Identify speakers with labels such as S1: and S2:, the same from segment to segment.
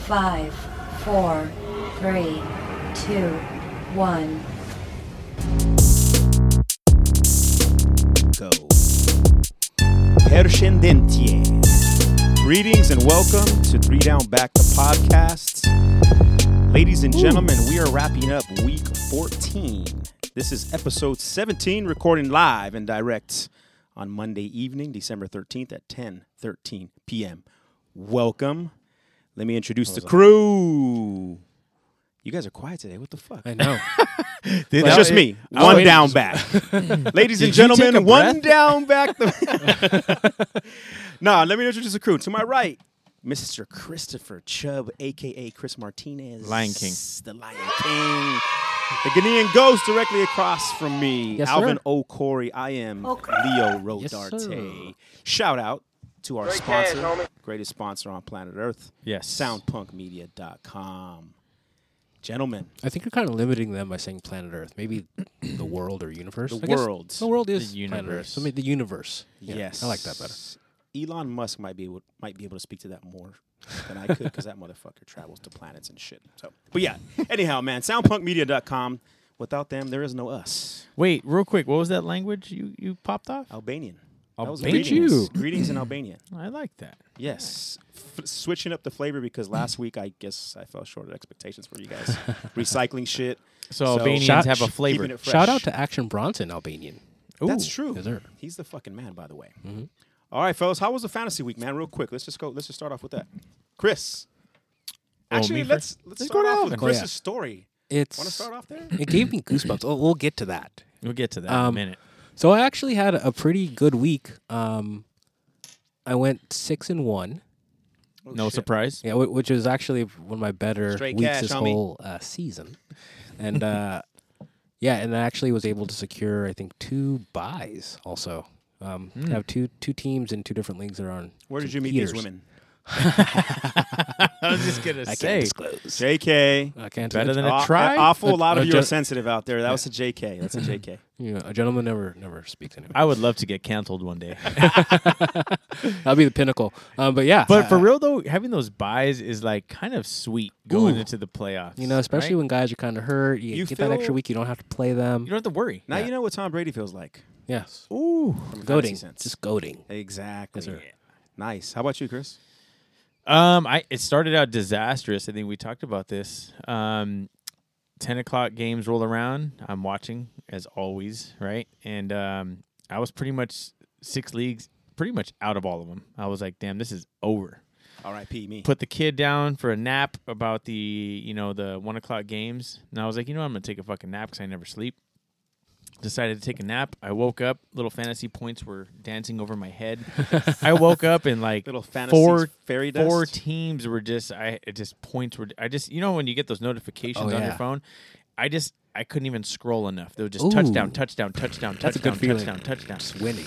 S1: Five, four, three, two, one.
S2: Go. Herschendentie. Greetings and welcome to Three Down Back, the podcast. Ladies and gentlemen, we are wrapping up week 14. This is episode 17, recording live and direct on Monday evening, December 13th at 10 13 p.m. Welcome. Let me introduce the crew. You guys are quiet today. What the fuck?
S3: I know.
S2: It's
S3: Well,
S2: just
S3: it-
S2: me.
S3: I
S2: One
S3: waited-
S2: down back. Ladies and gentlemen, one down back. nah, let me introduce the crew. To my right, Mr. Christopher Chubb, a.k.a. Chris Martinez.
S4: Lion King.
S2: The Lion King. The Ghanaian ghost directly across from me.
S3: Yes,
S2: Alvin
S3: sir. Oh,
S2: O'Corey. I am Leo Rodarte.
S3: sir.
S2: Shout out to our sponsor, greatest sponsor on planet Earth,
S4: Yes.
S2: soundpunkmedia.com. Gentlemen,
S3: I think you're kind of limiting them by saying planet Earth. Maybe the world or universe.
S2: The
S3: I guess
S2: world.
S3: The world is
S4: The
S3: planet Earth.
S4: universe.
S3: So I mean, the universe. Yeah,
S2: yes,
S3: I like that better.
S2: Elon Musk might be able, might be able to speak to that more than I could because that motherfucker travels to planets and shit. So, but yeah. Anyhow, man, soundpunkmedia.com. Without them, there is no us.
S4: Wait, real quick, what was that language you, you popped off?
S2: Albanian. That was
S4: Albanian.
S2: greetings.
S3: You.
S2: Greetings in Albanian.
S4: I like that.
S2: Yes. F- switching up the flavor because last week I guess I fell short of expectations for you guys. Recycling shit.
S4: So, Albanians
S3: Shout-
S4: have a
S3: sh-
S4: flavor.
S2: keeping it
S3: Shout out
S2: fresh.
S3: to Action Bronson, Albanian.
S2: That's
S4: Ooh. Mm-hmm.
S2: true.
S3: Yes, sir.
S2: He's the fucking man, by the way. All right, fellas, how was the fantasy week, man? Real quick, let's just go. Let's just start off with that, Chris.
S4: Oh,
S2: Actually,
S4: me
S2: let's let's,
S4: Let's go
S2: start
S4: to
S2: off
S4: Alvin.
S2: with
S4: Oh,
S2: Chris's
S3: yeah.
S2: story.
S3: It's
S2: Want to start off there?
S3: it gave me goosebumps. oh, we'll get to that.
S4: We'll get to that
S3: Um,
S4: in a minute.
S3: So I actually had a pretty good week. Um, I went six and one,
S2: Oh,
S4: No
S2: shit.
S4: surprise.
S3: yeah, wh- which is actually one of my better
S2: Straight
S3: weeks
S2: cash,
S3: this
S2: homie.
S3: whole uh, season, and uh, yeah, and I actually was able to secure I think two buys also. Um, I have two two teams in two different leagues that are on.
S2: Hmm. Where did you meet
S3: computers.
S2: these women?
S4: I was just gonna
S3: I can't
S4: say
S3: disclose.
S2: Jk.
S3: I can't.
S4: better than
S2: Aw-
S4: a try.
S2: an Uh, awful lot of
S3: a
S2: you are
S3: gen-
S2: sensitive out there. That was a Jk. That's a Jk.
S3: you know, a gentleman never never speaks anymore.
S4: I would love to get canceled one day.
S3: That'll be the pinnacle. Um, but yeah,
S4: but for
S3: uh,
S4: real though, having those buys is like kind of sweet going
S3: Ooh.
S4: into the playoffs.
S3: you know, especially
S4: right?
S3: when guys are kind of hurt, you,
S2: You
S3: get that extra
S2: feel-
S3: week. You don't have to play them.
S4: you don't have to worry.
S2: Now you know what Tom Brady feels like.
S3: Yes,
S4: Ooh.
S2: From a fantasy
S3: goading,
S2: sense.
S3: just goading.
S2: exactly.
S3: Yes, sir.
S2: Nice. How about you, Chris?
S4: Um, I it started out disastrous. I think we talked about this. Um, ten o'clock games roll around. I'm watching as always, right? And um, I was pretty much six leagues, pretty much out of all of them. I was like, damn, this is over.
S2: R.I.P. E, Me.
S4: Put the kid down for a nap about the you know the one o'clock games, and I was like, you know, what? I'm gonna take a fucking nap because I never sleep. Decided to take a nap. I woke up. Little fantasy points were dancing over my head. I woke up and like
S2: Little fantasy
S4: four
S2: fairy dust.
S4: four teams were just I it just points were I just you know when you get those notifications
S3: Oh,
S4: on your
S3: yeah.
S4: phone, I just I couldn't even scroll enough. They were just
S3: Ooh.
S4: touchdown, touchdown, touchdown,
S3: That's a
S4: touchdown,
S3: good feeling.
S4: touchdown, touchdown.
S3: Just winning.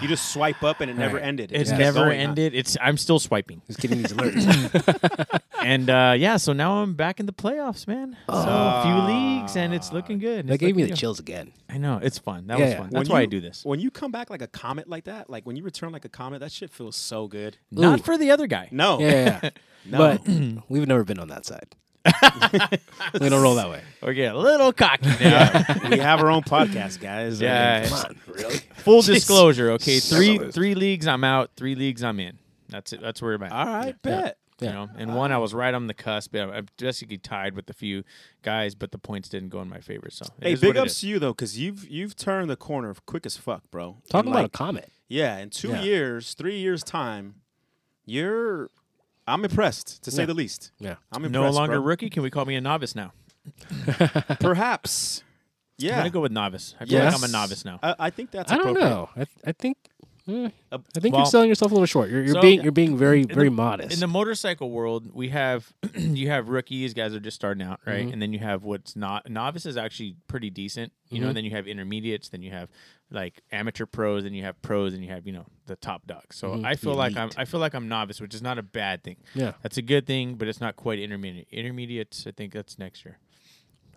S2: you just swipe up and it never
S3: Right.
S2: ended. It
S4: It's
S2: just kept
S4: never
S2: going.
S4: ended. It's I'm still swiping,
S3: He's getting these alerts.
S4: and uh, yeah, so now I'm back in the playoffs, man. So a few leagues, and it's looking good.
S3: that
S4: It's
S3: gave me the
S4: looking
S3: chills again.
S4: good. I know it's fun. That
S3: Yeah,
S4: was
S3: yeah.
S4: fun.
S2: When
S4: That's why I
S2: you-
S4: do this.
S2: When you come back like a comet like that, like when you return like a comet, that shit feels so good.
S4: Not
S3: Ooh.
S4: for the other guy.
S2: No.
S3: Yeah, yeah, yeah.
S2: No.
S3: but we've never been on that side. we don't roll that way.
S4: We're getting a little cocky now.
S2: we have our own podcast, guys.
S4: Yeah.
S3: Come on, really?
S4: Full disclosure, okay. Three
S3: Christ.
S4: three leagues I'm out, three leagues I'm in. That's it. That's where I'm at.
S2: All right, bet.
S4: You know, and one I was right on the cusp. I'm I'm basically tied with a few guys, but the points didn't go in my favor. So it
S2: Hey,
S4: is
S2: big
S4: what it
S2: ups
S4: is.
S2: to you though, because you've you've turned the corner quick as fuck, bro.
S3: Talking
S2: In,
S3: about a
S2: like,
S3: comet.
S2: yeah, in two
S3: Yeah.
S2: years, three years time, you're. I'm impressed to say
S3: Yeah.
S2: the least.
S3: Yeah.
S2: I'm
S4: No
S2: impressed.
S4: longer
S2: bro.
S4: rookie. Can we call me a novice now?
S2: perhaps.
S4: I'm
S2: Yeah,
S4: gonna go with novice. I feel like I'm a
S3: Yes.
S4: novice now.
S2: I, I think that's.
S3: I don't
S2: appropriate.
S3: know. I, th- I think eh,
S2: Uh,
S3: I think
S4: well,
S3: you're selling yourself a little short. You're, you're
S4: so-
S3: being you're being very very modest.
S4: in the motorcycle world, we have you have rookies, guys are just starting out, right? And then you have what's not novice is actually pretty decent, you know. And then you have intermediates, then you have like amateur pros, then you have pros, and you have you know the top dogs. So I feel like I'm I feel like I'm novice, which is not a bad thing.
S3: Yeah.
S4: that's a good thing, but it's not quite intermediate. Intermediates, I think that's next year.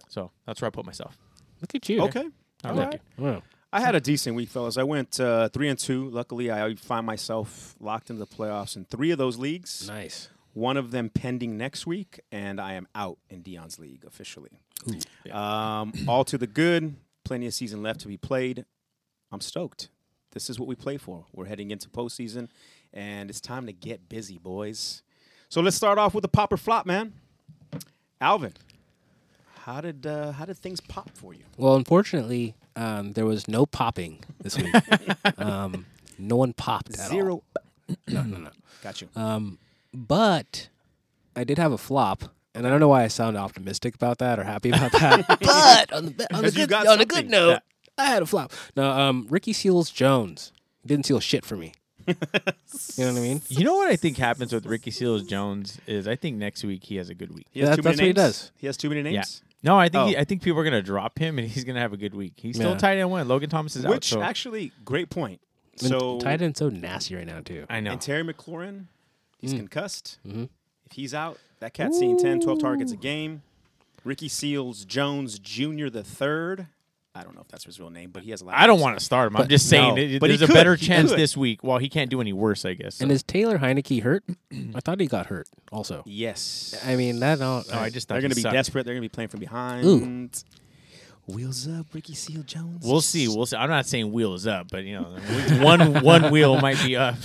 S4: So that's where I put myself.
S3: Look at you.
S2: Okay.
S4: I
S3: I
S4: like
S3: like
S4: it.
S3: you. Wow.
S2: I had a decent week, fellas. I went uh, three and two. Luckily, I find myself locked into the playoffs in three of those leagues.
S3: Nice.
S2: One of them pending next week, and I am out in Dion's league officially. Um, all to the good. Plenty of season left to be played. I'm stoked. This is what we play for. We're heading into postseason, and it's time to get busy, boys. So let's start off with the pop or flop, man. Alvin, how did uh, how did things pop for you?
S3: Well, unfortunately, um, there was no popping this week. um, no one popped at all.
S2: Zero.
S3: No, no, no.
S2: Got you.
S3: Um, but I did have a flop, and I don't know why I sound optimistic about that or happy about that. but on the be- on the
S2: 'Cause you
S3: good,
S2: got
S3: on a
S2: something.
S3: good note, I had a flop. No, um, Ricky Seals Jones didn't seal shit for me. you know what I mean?
S4: You know what I think happens with Ricky Seals Jones is I think next week he has a good week.
S2: he has
S3: that-
S2: too many
S3: that's what he
S2: names.
S3: does.
S2: He has too many
S4: Yeah.
S2: names.
S4: No, I think
S2: Oh.
S4: he, I think people are gonna drop him and he's gonna have a good week. He's still
S3: Yeah.
S4: tight end one. Logan Thomas is out.
S2: Which
S4: so-
S2: actually, great point.
S3: I mean,
S2: So
S3: tight end's so nasty right now too.
S4: I know.
S2: And Terry McLaurin, he's
S3: Mm.
S2: concussed.
S3: Mm-hmm.
S2: If he's out, that cat's seeing 10, 12 targets a game. Ricky Seals Jones Jr. the third. I don't know if that's his real name, but he has a lot.
S4: I don't want to start him. I'm just
S2: No,
S4: saying that
S2: but he
S4: there's
S2: could.
S4: a better
S2: He
S4: chance
S2: could.
S4: this week. Well, he can't do any worse, I guess. so.
S3: And is Taylor Heineke hurt? I thought he got hurt also.
S2: Yes,
S3: I mean that. All,
S4: oh, I just thought
S2: they're going to
S4: he
S2: be
S4: sucked.
S2: desperate. They're going to be playing from behind. Wheels up, Ricky Seal Jones.
S4: We'll see. We'll see. I'm not saying wheels up, but you know, one one wheel might be up.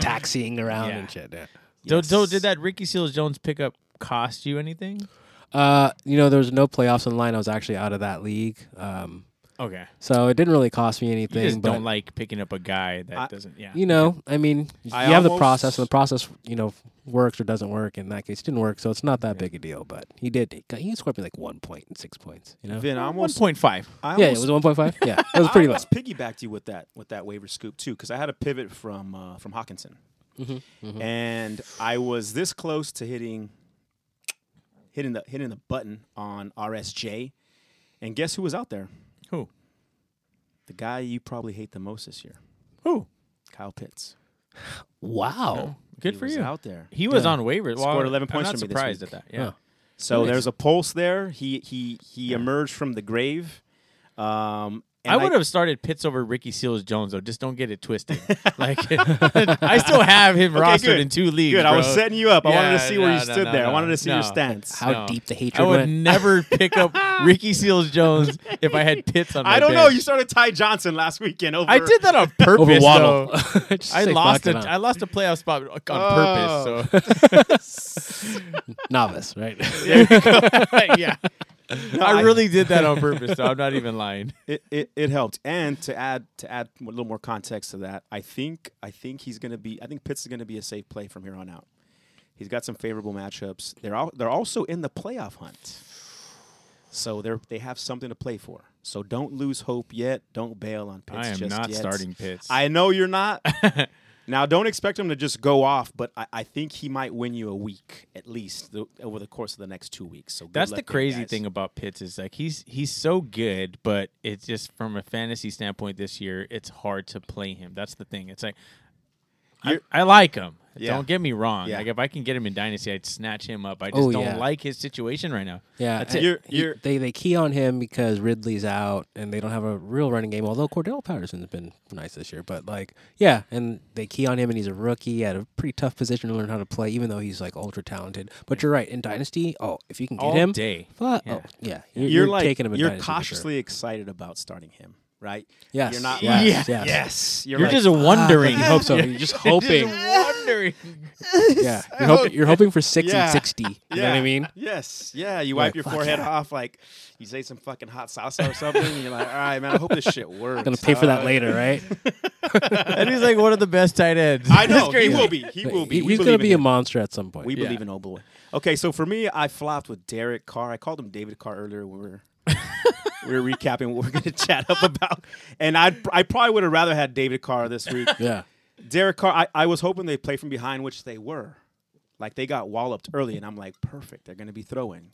S3: taxiing around
S4: Yeah.
S3: and shit. Yeah.
S4: So, so did that Ricky Seals Jones pickup cost you anything?
S3: Uh, you know, there was no playoffs in line. I was actually out of that league. Um,
S4: Okay,
S3: so it didn't really cost me
S4: you
S3: anything.
S4: just
S3: but
S4: don't like picking up a guy that
S2: I-
S4: doesn't. Yeah,
S3: you know, I mean, you
S2: I
S3: have the
S2: almost-
S3: process, and the process, you know, works or doesn't work. In that case, it didn't work, so it's not that big a deal. But he did. He scored me like one point and six points. You know.
S2: Vin, I
S4: one
S2: almost,
S4: point five.
S2: I
S3: yeah, it
S2: almost
S3: was one point five. Yeah, it was pretty
S2: I
S3: low.
S2: almost piggybacked you with that with that waiver scoop too, because I had a pivot from uh, from Hawkinson,
S3: Mm-hmm,
S2: and I was this close to hitting hitting the hitting the button on RSJ, and guess who was out there?
S4: Who?
S2: The guy you probably hate the most this year,
S4: Who?
S2: Kyle Pitts.
S3: Wow.
S4: Good
S2: Oh. He
S4: for
S2: was
S4: you.
S2: out there.
S4: He was
S3: Yeah.
S4: on waivers. Well,
S2: Scored 11 points
S4: I'm not
S2: for me this
S4: surprised
S2: week.
S4: at that. Yeah.
S3: Huh.
S2: So
S3: Nice.
S2: there's a pulse there. He he he emerged from the grave. Um, and
S4: I would have started Pitts over Ricky Seals Jones though. Just don't get it twisted. like I still have him rostered
S2: good.
S4: in two leagues.
S2: Good. I was
S4: bro.
S2: setting you up. I wanted to
S4: Yeah,
S2: see where you
S4: no, no,
S2: stood
S4: no,
S2: there. I
S4: no,
S2: wanted to see your
S4: no.
S2: stance.
S3: How
S4: No.
S3: deep the
S4: I
S3: hatred
S4: would
S3: went.
S4: never pick up Ricky Seals Jones if I had Pitts on my
S2: I don't
S4: bench.
S2: know. You started Ty Johnson last weekend. Over
S4: I did that on purpose.
S3: Over Waddle.
S4: though.
S3: Just
S4: I
S3: say
S4: lost
S3: fuck
S4: it.
S3: it,
S4: I
S3: huh?
S4: lost a playoff spot on
S2: Oh.
S4: purpose.
S3: Novice, right?
S4: So yeah, I
S2: I-
S4: really did that on purpose. So I'm not even lying.
S2: It, it it helped. And to add to add a little more context to that, I think I think he's going to be. I think Pitts is going to be a safe play from here on out. He's got some favorable matchups. They're all they're also in the playoff hunt, so they're they have something to play for. So don't lose hope yet. Don't bail on Pitts.
S4: I am
S2: just
S4: not
S2: yet.
S4: starting Pitts.
S2: I know you're not. now, don't expect him to just go off, but I, I think he might win you a week at least the, over the course of the next two weeks. So good
S4: That's
S2: luck
S4: the
S2: there,
S4: crazy
S2: guys.
S4: thing about Pitts is like he's he's so good, but it's just from a fantasy standpoint this year, it's hard to play him. That's the thing. It's like I,
S2: You're-
S4: I like him.
S2: Yeah.
S4: Don't get me wrong.
S2: Yeah.
S4: Like if I can get him in Dynasty, I'd snatch him up. I just
S3: Oh,
S4: don't
S3: yeah.
S4: like his situation right now.
S3: Yeah,
S2: That's it.
S3: and
S2: You're-
S3: he-
S2: you're-
S3: they they key on him because Ridley's out and they don't have a real running game. Although Cordell Patterson's been nice this year, but like yeah, and they key on him and he's a rookie at a pretty tough position to learn how to play, even though he's like ultra talented. But you're right in Dynasty. Oh, if you can get
S4: All
S3: him,
S4: day.
S3: fuck,
S4: Yeah.
S3: oh yeah, you're,
S2: you're,
S3: you're
S2: like
S3: taking him. In
S2: you're
S3: Dynasty for sure.
S2: cautiously excited about starting him, right?
S3: Yes,
S2: You're not
S3: yes,
S2: like
S3: yes.
S2: yes. You're,
S4: You're
S2: like,
S4: just wondering.
S3: I hope so. You're just hoping.
S4: Just wondering.
S3: yeah, you're hoping. You're hoping for six
S2: Yeah.
S3: and sixty. You
S2: yeah,
S3: know what I mean?
S2: Yes, yeah. You wipe
S3: like,
S2: your
S3: fuck
S2: forehead
S3: yeah.
S2: off like you say some fucking hot salsa or something. and You're like, all right, man. I hope this shit works. Uh,
S3: Gonna pay for that
S2: dog."
S3: later, right?
S4: And he's like one of the best tight ends.
S2: I
S4: That's
S2: know he
S4: crazy.
S2: will be. He will be.
S3: He-
S2: We believe
S3: he's gonna
S2: in
S3: be a
S2: him.
S3: monster at some point.
S2: We
S4: Yeah.
S2: believe in old boy. Okay, so for me, I flopped with Derek Carr. I called him David Carr earlier. when We were we were recapping what we're going to chat up about, and I I probably would have rather had David Carr this week.
S3: yeah.
S2: Derek Carr, I, I was hoping they play from behind, which they were. Like they got walloped early, and I'm like, perfect. They're going to be throwing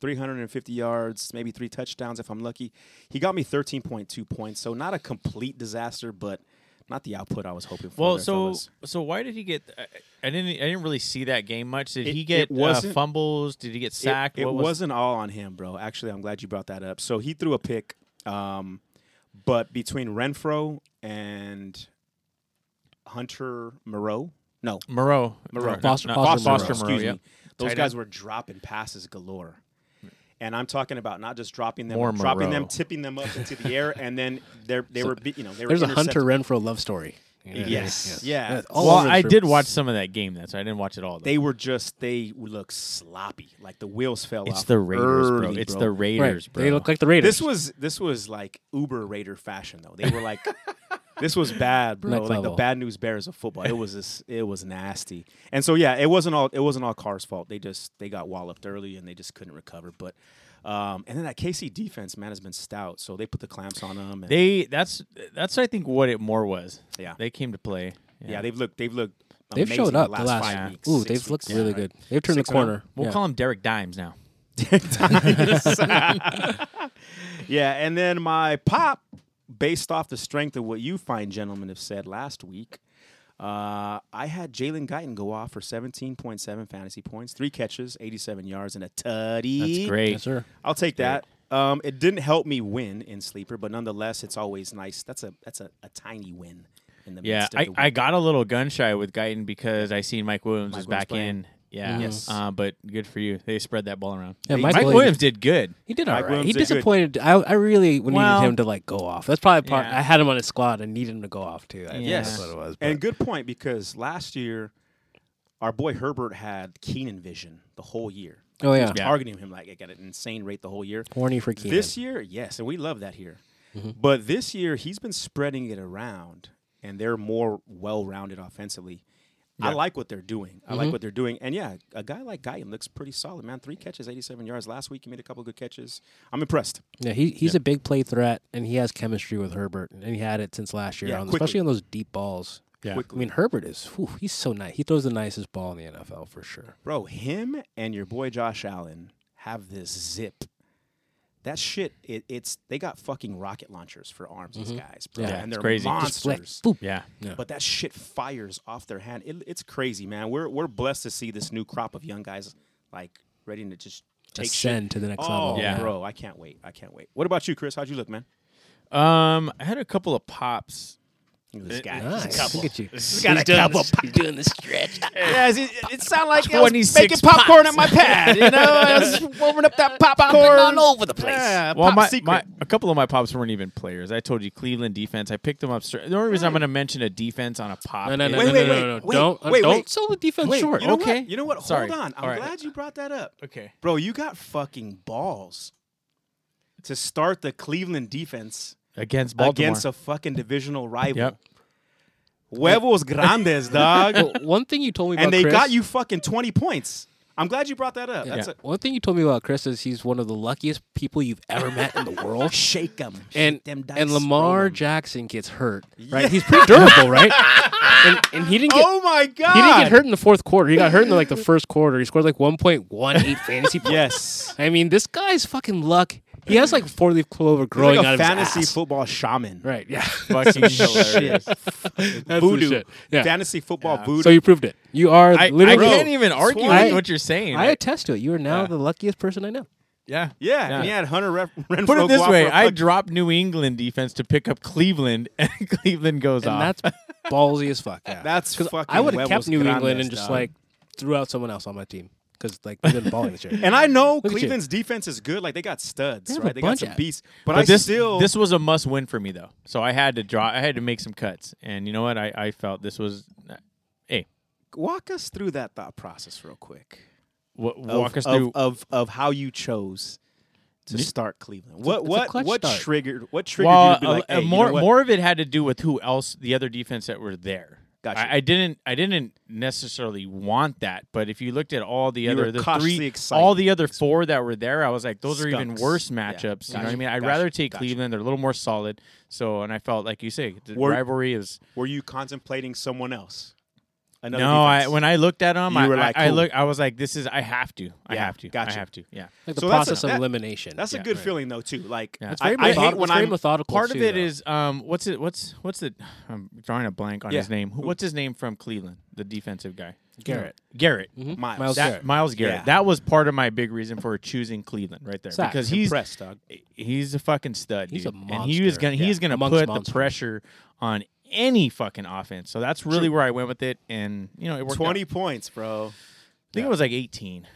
S2: 350 yards, maybe three touchdowns if I'm lucky. He got me 13.2 points, so not a complete disaster, but not the output I was hoping for.
S4: Well,
S2: there,
S4: so
S2: fellas.
S4: so why did he get? I, I didn't. I didn't really see that game much. Did
S2: It-
S4: he get
S2: it wasn't-
S4: uh, fumbles? Did he get
S2: It-
S4: sacked?
S2: It,
S4: What was-
S2: wasn't all on him, bro. Actually, I'm glad you brought that up. So he threw a pick, um, but between Renfro and Hunter Moreau, No,
S4: Moreau.
S2: Moreau.
S4: No,
S3: Foster-
S4: not-
S3: Foster Moreau.
S4: Foster Moreau.
S2: excuse
S4: yeah.
S2: me. Those
S4: Tight
S2: guys
S4: end.
S2: were dropping passes galore. And I'm talking about not just dropping them,
S4: More
S2: dropping
S4: Moreau.
S2: them, tipping them up into the air, and then they're, they were, be- you know, they were.
S3: There's a Hunter
S2: intercepted.
S3: Renfro love story. You know,
S2: Yes. Yeah.
S3: That's all
S4: Well,
S3: over the
S4: I
S3: shirt.
S4: did watch some of that game. That's I didn't watch it all. Though.
S2: They were just they looked sloppy, like the wheels fell off.
S4: it's the Raiders, bro.
S2: early,
S4: It's the
S3: Right.
S4: Raiders, bro.
S3: They look like the Raiders.
S2: This was this was like Uber Raider fashion though. They were like, this was bad, bro.
S3: Next
S2: like
S3: level.
S2: the bad news bears of football. It was this, it was nasty. And so yeah, it wasn't all it wasn't all Carr's fault. They just they got walloped early and they just couldn't recover. But um, and then that KC defense man has been stout, so they put the clamps on them. And,
S4: They that's that's I think what it more was.
S2: Yeah.
S4: they came to play.
S2: yeah. they've looked they've looked
S3: They've
S2: amazing
S3: showed up
S2: the last,
S3: last.
S2: five weeks.
S3: Ooh,
S2: six
S3: they've looked
S2: weeks.
S3: really
S2: Yeah.
S3: good. They've turned
S2: Six
S3: the
S2: and oh.
S3: corner.
S4: We'll
S3: Yeah.
S4: call him Derek Dimes now.
S2: yeah, and then my pop, based off the strength of what you fine gentlemen have said last week, uh, I had Jalen Guyton go off for 17.7 fantasy points, three catches, 87 yards, and a tutty.
S4: That's great.
S3: Yes, sir.
S2: I'll take that. Um, it didn't help me win in sleeper, but nonetheless, it's always nice. That's a that's a, a tiny win in the
S4: Yeah,
S2: midst of
S4: I,
S2: the week.
S4: I got a little gun shy with Guyton because I seen Mike Williams was
S2: Williams
S4: back
S2: playing.
S4: in. Yeah,
S2: Yes.
S4: Uh, but good for you. They spread that ball around.
S3: Yeah,
S4: Mike,
S3: Mike
S4: Williams.
S3: Williams-
S4: did good.
S3: He did
S2: Mike
S3: all right. He
S2: Williams did good.
S3: disappointed. I, I really
S4: Well-
S3: needed him to like go off. That's probably part.
S4: Yeah.
S3: I had him on his squad and needed him to go off too. I think
S4: Yes.
S3: that's what it was. but-
S2: And good point because last year, our boy Herbert had Keenan vision the whole year.
S3: oh yeah.
S4: Yeah.
S2: targeting him like at an insane rate the whole year.
S3: horny for Keenan.
S2: This year, yes, and we love that here. But this year, he's been spreading it around, and they're more well-rounded offensively. I like what they're doing. I like what they're doing, and yeah, a guy like Guyton looks pretty solid, man. Three catches, eighty-seven yards last week. He made a couple good catches. I'm impressed.
S3: yeah, he, he's a big play threat, and he has chemistry with Herbert, and he had it since last year,
S2: Yeah,
S3: on-
S2: quickly.
S3: especially on those deep balls.
S4: Yeah.
S3: I mean Herbert is. Whew, he's so nice. He throws the nicest ball in the NFL for sure.
S2: Bro, him and your boy Josh Allen have this zip. That shit, it, it's they got fucking rocket launchers for arms. These guys, bro,
S3: Yeah,
S2: and
S4: it's
S2: they're
S4: crazy. Just
S2: monsters.
S3: Flick, boop.
S4: Yeah,
S2: But that shit fires off their hand. It, it's crazy, man. We're we're blessed to see this new crop of young guys like ready to just take
S3: Ascend
S2: shit.
S3: to the next
S2: oh,
S3: level.
S4: Yeah.
S2: bro, I can't wait. I can't wait. What about you, Chris? How'd you look, man?
S4: Um, I had a couple of pops.
S2: Look at This guy,
S3: Nice. Look at you.
S2: He's got a couple.
S3: the, he's doing the stretch.
S2: Yes, it, it sounded like I was
S4: 26
S2: making popcorn at my pad. You know, I was warming up that popcorn all over the place. Yeah,
S4: Well,
S2: pop
S4: my,
S2: secret.
S4: my a couple of my pops weren't even players. I told you Cleveland defense. I picked them up. str- The only reason I'm going to mention a defense on a pop.
S3: No, no,
S4: is-
S3: no,
S2: Wait,
S3: no,
S2: wait,
S3: no,
S2: wait,
S3: no, no,
S2: wait,
S3: Don't,
S2: wait,
S3: don't
S2: wait.
S3: sell the defense
S2: Wait,
S3: short.
S2: you know
S3: okay.
S2: What? You know what? Hold
S4: Sorry.
S2: on. I'm
S4: All right.
S2: glad you brought that up.
S4: Okay.
S2: Bro, you got fucking balls to start the Cleveland defense
S4: Against Baltimore.
S2: against a fucking divisional rival.
S4: Yep.
S2: Huevos grandes, dog.
S3: Well, one thing you told me about
S2: and they
S3: Chris-
S2: got you fucking 20 points. I'm glad you brought that up. That's
S3: Yeah. One thing you told me about Chris is he's one of the luckiest people you've ever met in the
S2: a
S3: world.
S2: shake them.
S3: And
S2: them dice,
S3: and
S2: roll
S3: Lamar
S2: 'em.
S3: Jackson gets hurt, right? He's pretty durable, right? And, and he didn't get
S2: Oh my god.
S3: he didn't get hurt in the fourth quarter. He got hurt in like the first quarter. He scored like 1.18 fantasy points.
S2: Yes.
S3: I mean, this guy's fucking luck. He has like four leaf clover
S2: He's
S3: growing
S2: like a
S3: out of
S2: fantasy
S3: his ass.
S2: football shaman.
S3: right? Yeah.
S4: Fucking hilarious.
S3: That's the
S2: Voodoo.
S3: shit. Yeah.
S2: Fantasy football voodoo.
S3: So you proved it. You are
S4: I, I
S3: literally.
S4: can't even argue
S3: I-
S4: with what you're saying.
S3: I
S4: I-
S3: attest to it. You are now
S4: Yeah.
S3: the luckiest person I know.
S4: yeah.
S2: yeah, and he had Hunter Ref- Renfro.
S4: Put it this
S2: go out
S4: way:
S2: for a
S4: I
S2: fuck-
S4: dropped New England defense to pick up Cleveland, and Cleveland goes
S3: And
S4: off.
S3: that's ballsy as fuck. Yeah.
S2: That's
S3: 'Cause
S2: fucking
S3: I would have
S2: huevos
S3: kept New England
S2: grandes,
S3: and just
S2: dog.
S3: like threw out someone else on my team because like they've been balling this year.
S2: And I know
S3: at you.
S2: Cleveland's defense is good. Like they got studs,
S3: They have a
S2: right? They got
S3: bunch
S2: some
S3: of-
S2: beasts. But, I
S4: but this
S2: still
S4: this was a must win for me though, so I had to draw. I had to make some cuts, and you know what? I, I felt this was. uh, Hey,
S2: walk us through that thought process real quick.
S4: wa-
S2: of-
S4: walk us
S2: of,
S4: through.
S2: of of how you chose to start Cleveland. What
S3: it's a
S2: what
S3: clutch
S2: what
S3: start.
S2: triggered what triggered you
S4: Well,
S2: to be
S4: uh,
S2: like,
S4: uh,
S2: hey, you know
S4: more
S2: what?
S4: more of it had to do with who else the other defense that were there.
S2: Gotcha.
S4: I, I didn't I didn't necessarily want that, but if you looked at all the
S2: were
S4: other the
S2: cautiously
S4: three
S2: excited.
S4: all the other four that were there, I was like, those are even
S2: Skunks.
S4: worse
S2: Yeah.
S4: matchups. You know what I
S2: Gotcha.
S4: mean? I'd
S2: Gotcha.
S4: rather take
S2: Gotcha.
S4: Cleveland. They're a little more solid. So, and I felt like you say the
S2: Were-
S4: rivalry is
S2: were you contemplating someone else? Another
S4: no. I,
S2: defense?
S4: when I looked at them,
S2: You
S4: I,
S2: were
S4: I-
S2: like,
S4: I,
S2: cool.
S4: look. I was like, this is. I have to. I
S2: Yeah,
S4: have to.
S2: gotcha.
S4: I have to. Yeah.
S3: Like the
S2: So that's a-
S3: process of
S2: that-
S3: elimination.
S2: that's a
S4: Yeah,
S2: good
S4: right.
S2: feeling though too. Like
S4: Yeah. It's
S3: very
S2: I, I hate
S3: methodical-
S2: when
S3: it's very
S2: I'm
S3: methodical.
S4: Part of
S3: too,
S4: it
S3: though.
S4: is um, what's it? What's what's it? I'm drawing a blank on
S2: Yeah.
S4: his name. Who, what's his name from Cleveland? The defensive guy,
S3: Garrett.
S4: Garrett.
S2: Miles.
S3: Miles
S4: That
S3: Garrett.
S4: Miles Garrett.
S2: Mm-hmm. Yeah.
S4: That was part of my big reason for choosing Cleveland right there
S3: Sacks.
S4: because he's
S2: impressed, dog.
S4: he's a fucking stud.
S3: He's
S4: dude.
S3: a
S4: and he is
S3: monster.
S4: gonna he's
S3: Yeah.
S4: gonna
S3: Amongst
S4: put the
S3: monsters.
S4: pressure on any fucking offense. So that's really where I went with it, and you know it worked. out.
S2: 20
S4: I
S2: points, bro.
S4: think it was like eighteen.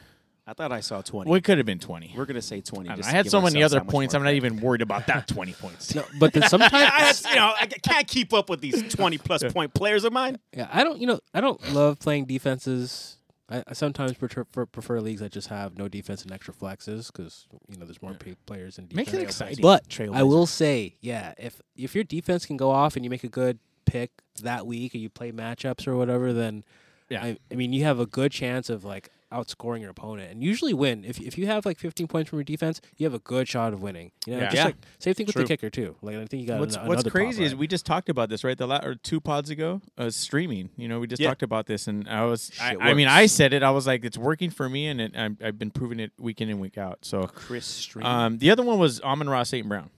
S2: I thought I saw 20.
S4: Well, it could have been twenty.
S2: We're going to say 20.
S4: I, don't know.
S2: just
S4: I
S2: to
S4: had
S2: give
S4: so many
S2: ourselves
S4: other
S2: that much
S4: points.
S2: more
S4: I'm not even worried about that twenty points.
S3: No, but then sometimes
S2: I had, you know, I can't keep up with these 20 plus point players of mine.
S3: Yeah, I don't. You know, I don't love playing defenses. I, I sometimes prefer, prefer, prefer leagues that just have no defense and extra flexes because you know there's more pa players in defense.
S4: Makes it exciting.
S3: But
S2: Trailblazer.
S3: I will say, yeah, if if your defense can go off and you make a good pick that week, or you play matchups or whatever, then
S4: Yeah.
S3: I, I mean you have a good chance of like outscoring your opponent and usually win. If if you have like 15 points from your defense, you have a good shot of winning. You know,
S4: Yeah.
S3: just
S4: Yeah.
S3: like same thing
S4: True.
S3: with the kicker too. Like I think you got
S4: What's
S3: an-
S4: What's
S3: another
S4: crazy
S3: prop,
S4: is
S3: right?
S4: we just talked about this right the la- or two pods ago. Uh, streaming, you know, we just
S2: Yeah.
S4: talked about this, and I was, I,
S2: Shit
S4: I mean,
S2: works.
S4: I said it. I was like, it's working for me, and it, I'm, I've been proving it week in and week out. So,
S2: Chris Stream.
S4: um, the other one was Amon Ross St. Brown.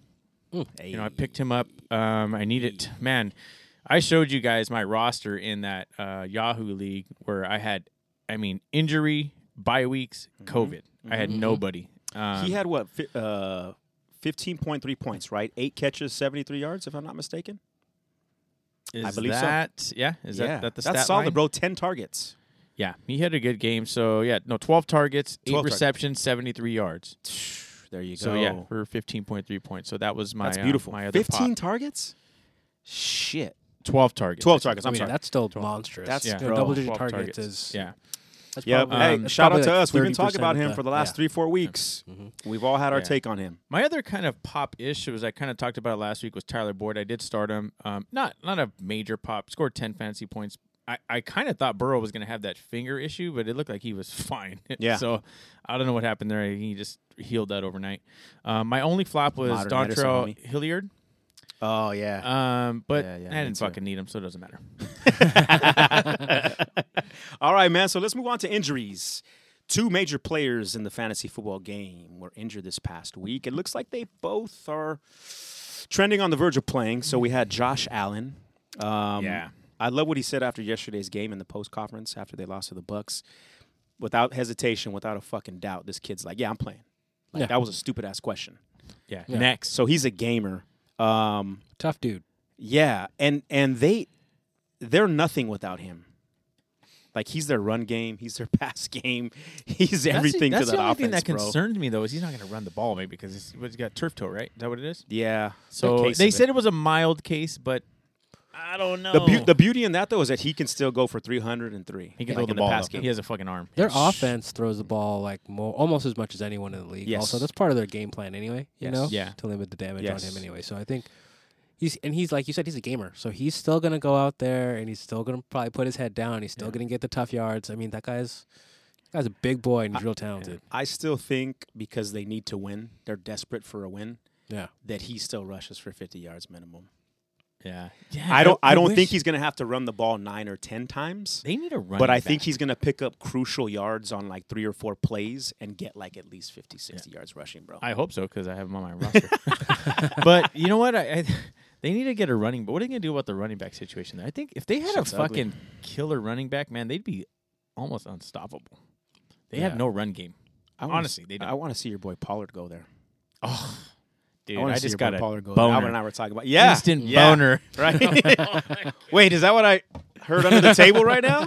S2: Hmm. hey.
S4: You know, I picked him up. Um, I need it, man. I showed you guys my roster in that uh, Yahoo league where I had, I mean, injury, bye weeks, COVID. I had nobody. Um,
S2: Mm-hmm. he had what? Fi- uh, 15.3 points, right? Eight catches, 73 yards, if I'm not mistaken.
S4: is
S2: I believe so.
S4: that, Yeah, is that that the
S2: That's
S4: stat
S2: solid,
S4: line?
S2: bro. 10 targets.
S4: Yeah, he had a good game. So yeah, no, twelve targets, eight
S2: 12 targets.
S4: receptions, seventy three yards.
S2: There you go.
S4: So yeah, for fifteen point three points. So that was my
S2: That's
S4: uh,
S2: beautiful.
S4: my other
S2: 15
S4: pop.
S2: targets? Shit.
S4: twelve targets,
S2: 12 targets.
S3: I
S2: I'm
S3: mean,
S2: sorry.
S3: that's still monstrous.
S2: That's
S3: You know,
S2: bro,
S3: double digit
S4: 12
S3: targets is
S4: yeah.
S3: That's
S2: Yeah,
S3: probably-
S2: hey,
S3: that's
S2: shout out
S3: probably
S2: to
S3: like
S2: us. We've been talking
S3: 30%
S2: about
S3: of
S2: him
S3: the-
S2: for the last
S3: yeah. Mm-hmm.
S2: three, four weeks. We've all had our
S4: Yeah.
S2: take on him.
S4: My other kind of pop ish was I kind of talked about it last week was Tyler Boyd. I did start him. Um, not not a major pop. Scored ten fantasy points. I, I kind of thought Burrow was going to have that finger issue, but it looked like he was fine.
S2: Yeah.
S4: so I don't know what happened there. He just healed that overnight. Um, my only flop was
S2: Modern medicine,
S4: Dontrell
S2: homie.
S4: Hilliard.
S2: Oh, yeah.
S4: Um, but
S2: Yeah, yeah,
S4: I
S2: me
S4: didn't
S2: too.
S4: fucking need him, so it doesn't matter.
S2: All right, man. So let's move on to injuries. Two major players in the fantasy football game were injured this past week. It looks like they both are trending on the verge of playing. So we had Josh Allen. Um,
S4: Yeah.
S2: I love what he said after yesterday's game in the post conference after they lost to the Bucks. Without hesitation, without a fucking doubt, this kid's like, "Yeah, I'm playing." Like
S3: Yeah.
S2: that was a stupid ass question.
S4: Yeah.
S2: Next, so he's a gamer. Um,
S3: Tough dude.
S2: yeah, and and they they're nothing without him. Like he's their run game, he's their pass game, he's everything
S4: that's
S2: to
S4: the
S2: that
S4: only
S2: offense,
S4: thing that
S2: bro.
S4: concerned me though is he's not going to run the ball maybe because he's, he's got turf toe, right? Is that what it is?
S2: yeah.
S4: So
S2: case
S4: they
S2: of it.
S4: said it. was a mild case, but I don't know.
S2: the, beau- the beauty in that though is that he can still go for 303.
S4: he can
S2: like,
S4: throw the
S2: in
S4: ball.
S2: pass
S4: though.
S2: game.
S4: He has a fucking arm.
S3: Their offense throws the ball like more, almost as much as anyone in the league.
S2: Yes.
S3: Also, that's part of their game plan anyway. You
S2: Yes.
S3: know,
S4: Yeah.
S3: to limit the damage
S2: Yes.
S3: on him anyway. So I think he's and he's like you said, he's a gamer. So he's still gonna go out there and he's still gonna probably put his head down. He's still gonna get the tough yards. I mean, that guy's that guy's a big boy and he's real talented.
S2: I still think because they need to win, they're desperate for a win,
S3: Yeah.
S2: that he still rushes for 50 yards minimum.
S4: Yeah.
S2: I don't I, don't
S4: wish-
S2: think he's going to have to run the ball 9 or 10 times.
S4: They need a run.
S2: But I think he's going to pick up crucial yards on like three or four plays and get like at least 50, 60 yards rushing, bro.
S4: I hope so because I have him on my roster. but you know what? I, I they need to get a running. But what are they going to do about the running back situation? There? I think if they had
S2: Shit's
S4: a
S2: ugly.
S4: fucking killer running back, man, they'd be almost unstoppable. They have
S3: Yeah.
S4: no run game.
S2: I wanna
S4: Honestly, they
S2: I
S4: don't.
S2: want to see your boy Pollard go there.
S4: Oh, dude,
S2: I
S4: I,
S2: want to see
S4: just
S2: your
S4: got
S2: boy
S4: a
S2: Pollard go there. Albert and
S4: boner.
S2: I were talking about yeah,
S4: Instant
S2: yeah,
S4: boner.
S2: right? Wait, is that what I heard under the table right now?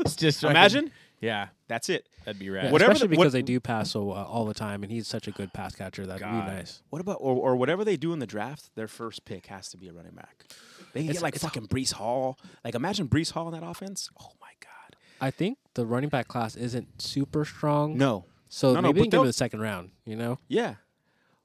S4: It's just fucking-
S2: Imagine
S4: Yeah,
S2: that's it.
S4: that'd be rad.
S3: Yeah,
S2: Whatever
S3: especially
S2: the-
S3: because
S2: what-
S3: they do pass so uh, all the time, and he's such a good pass catcher. That'd
S4: God.
S3: be nice.
S2: What about or, or whatever they do in the draft? Their first pick has to be a running back. They can get like fucking Brees Hall. Like imagine Brees Hall in that offense. Oh my god.
S3: I think the running back class isn't super strong.
S2: No.
S3: So
S2: No, no,
S3: maybe
S2: but
S3: they can give
S2: they'll-
S3: him the second round. You know.
S2: Yeah.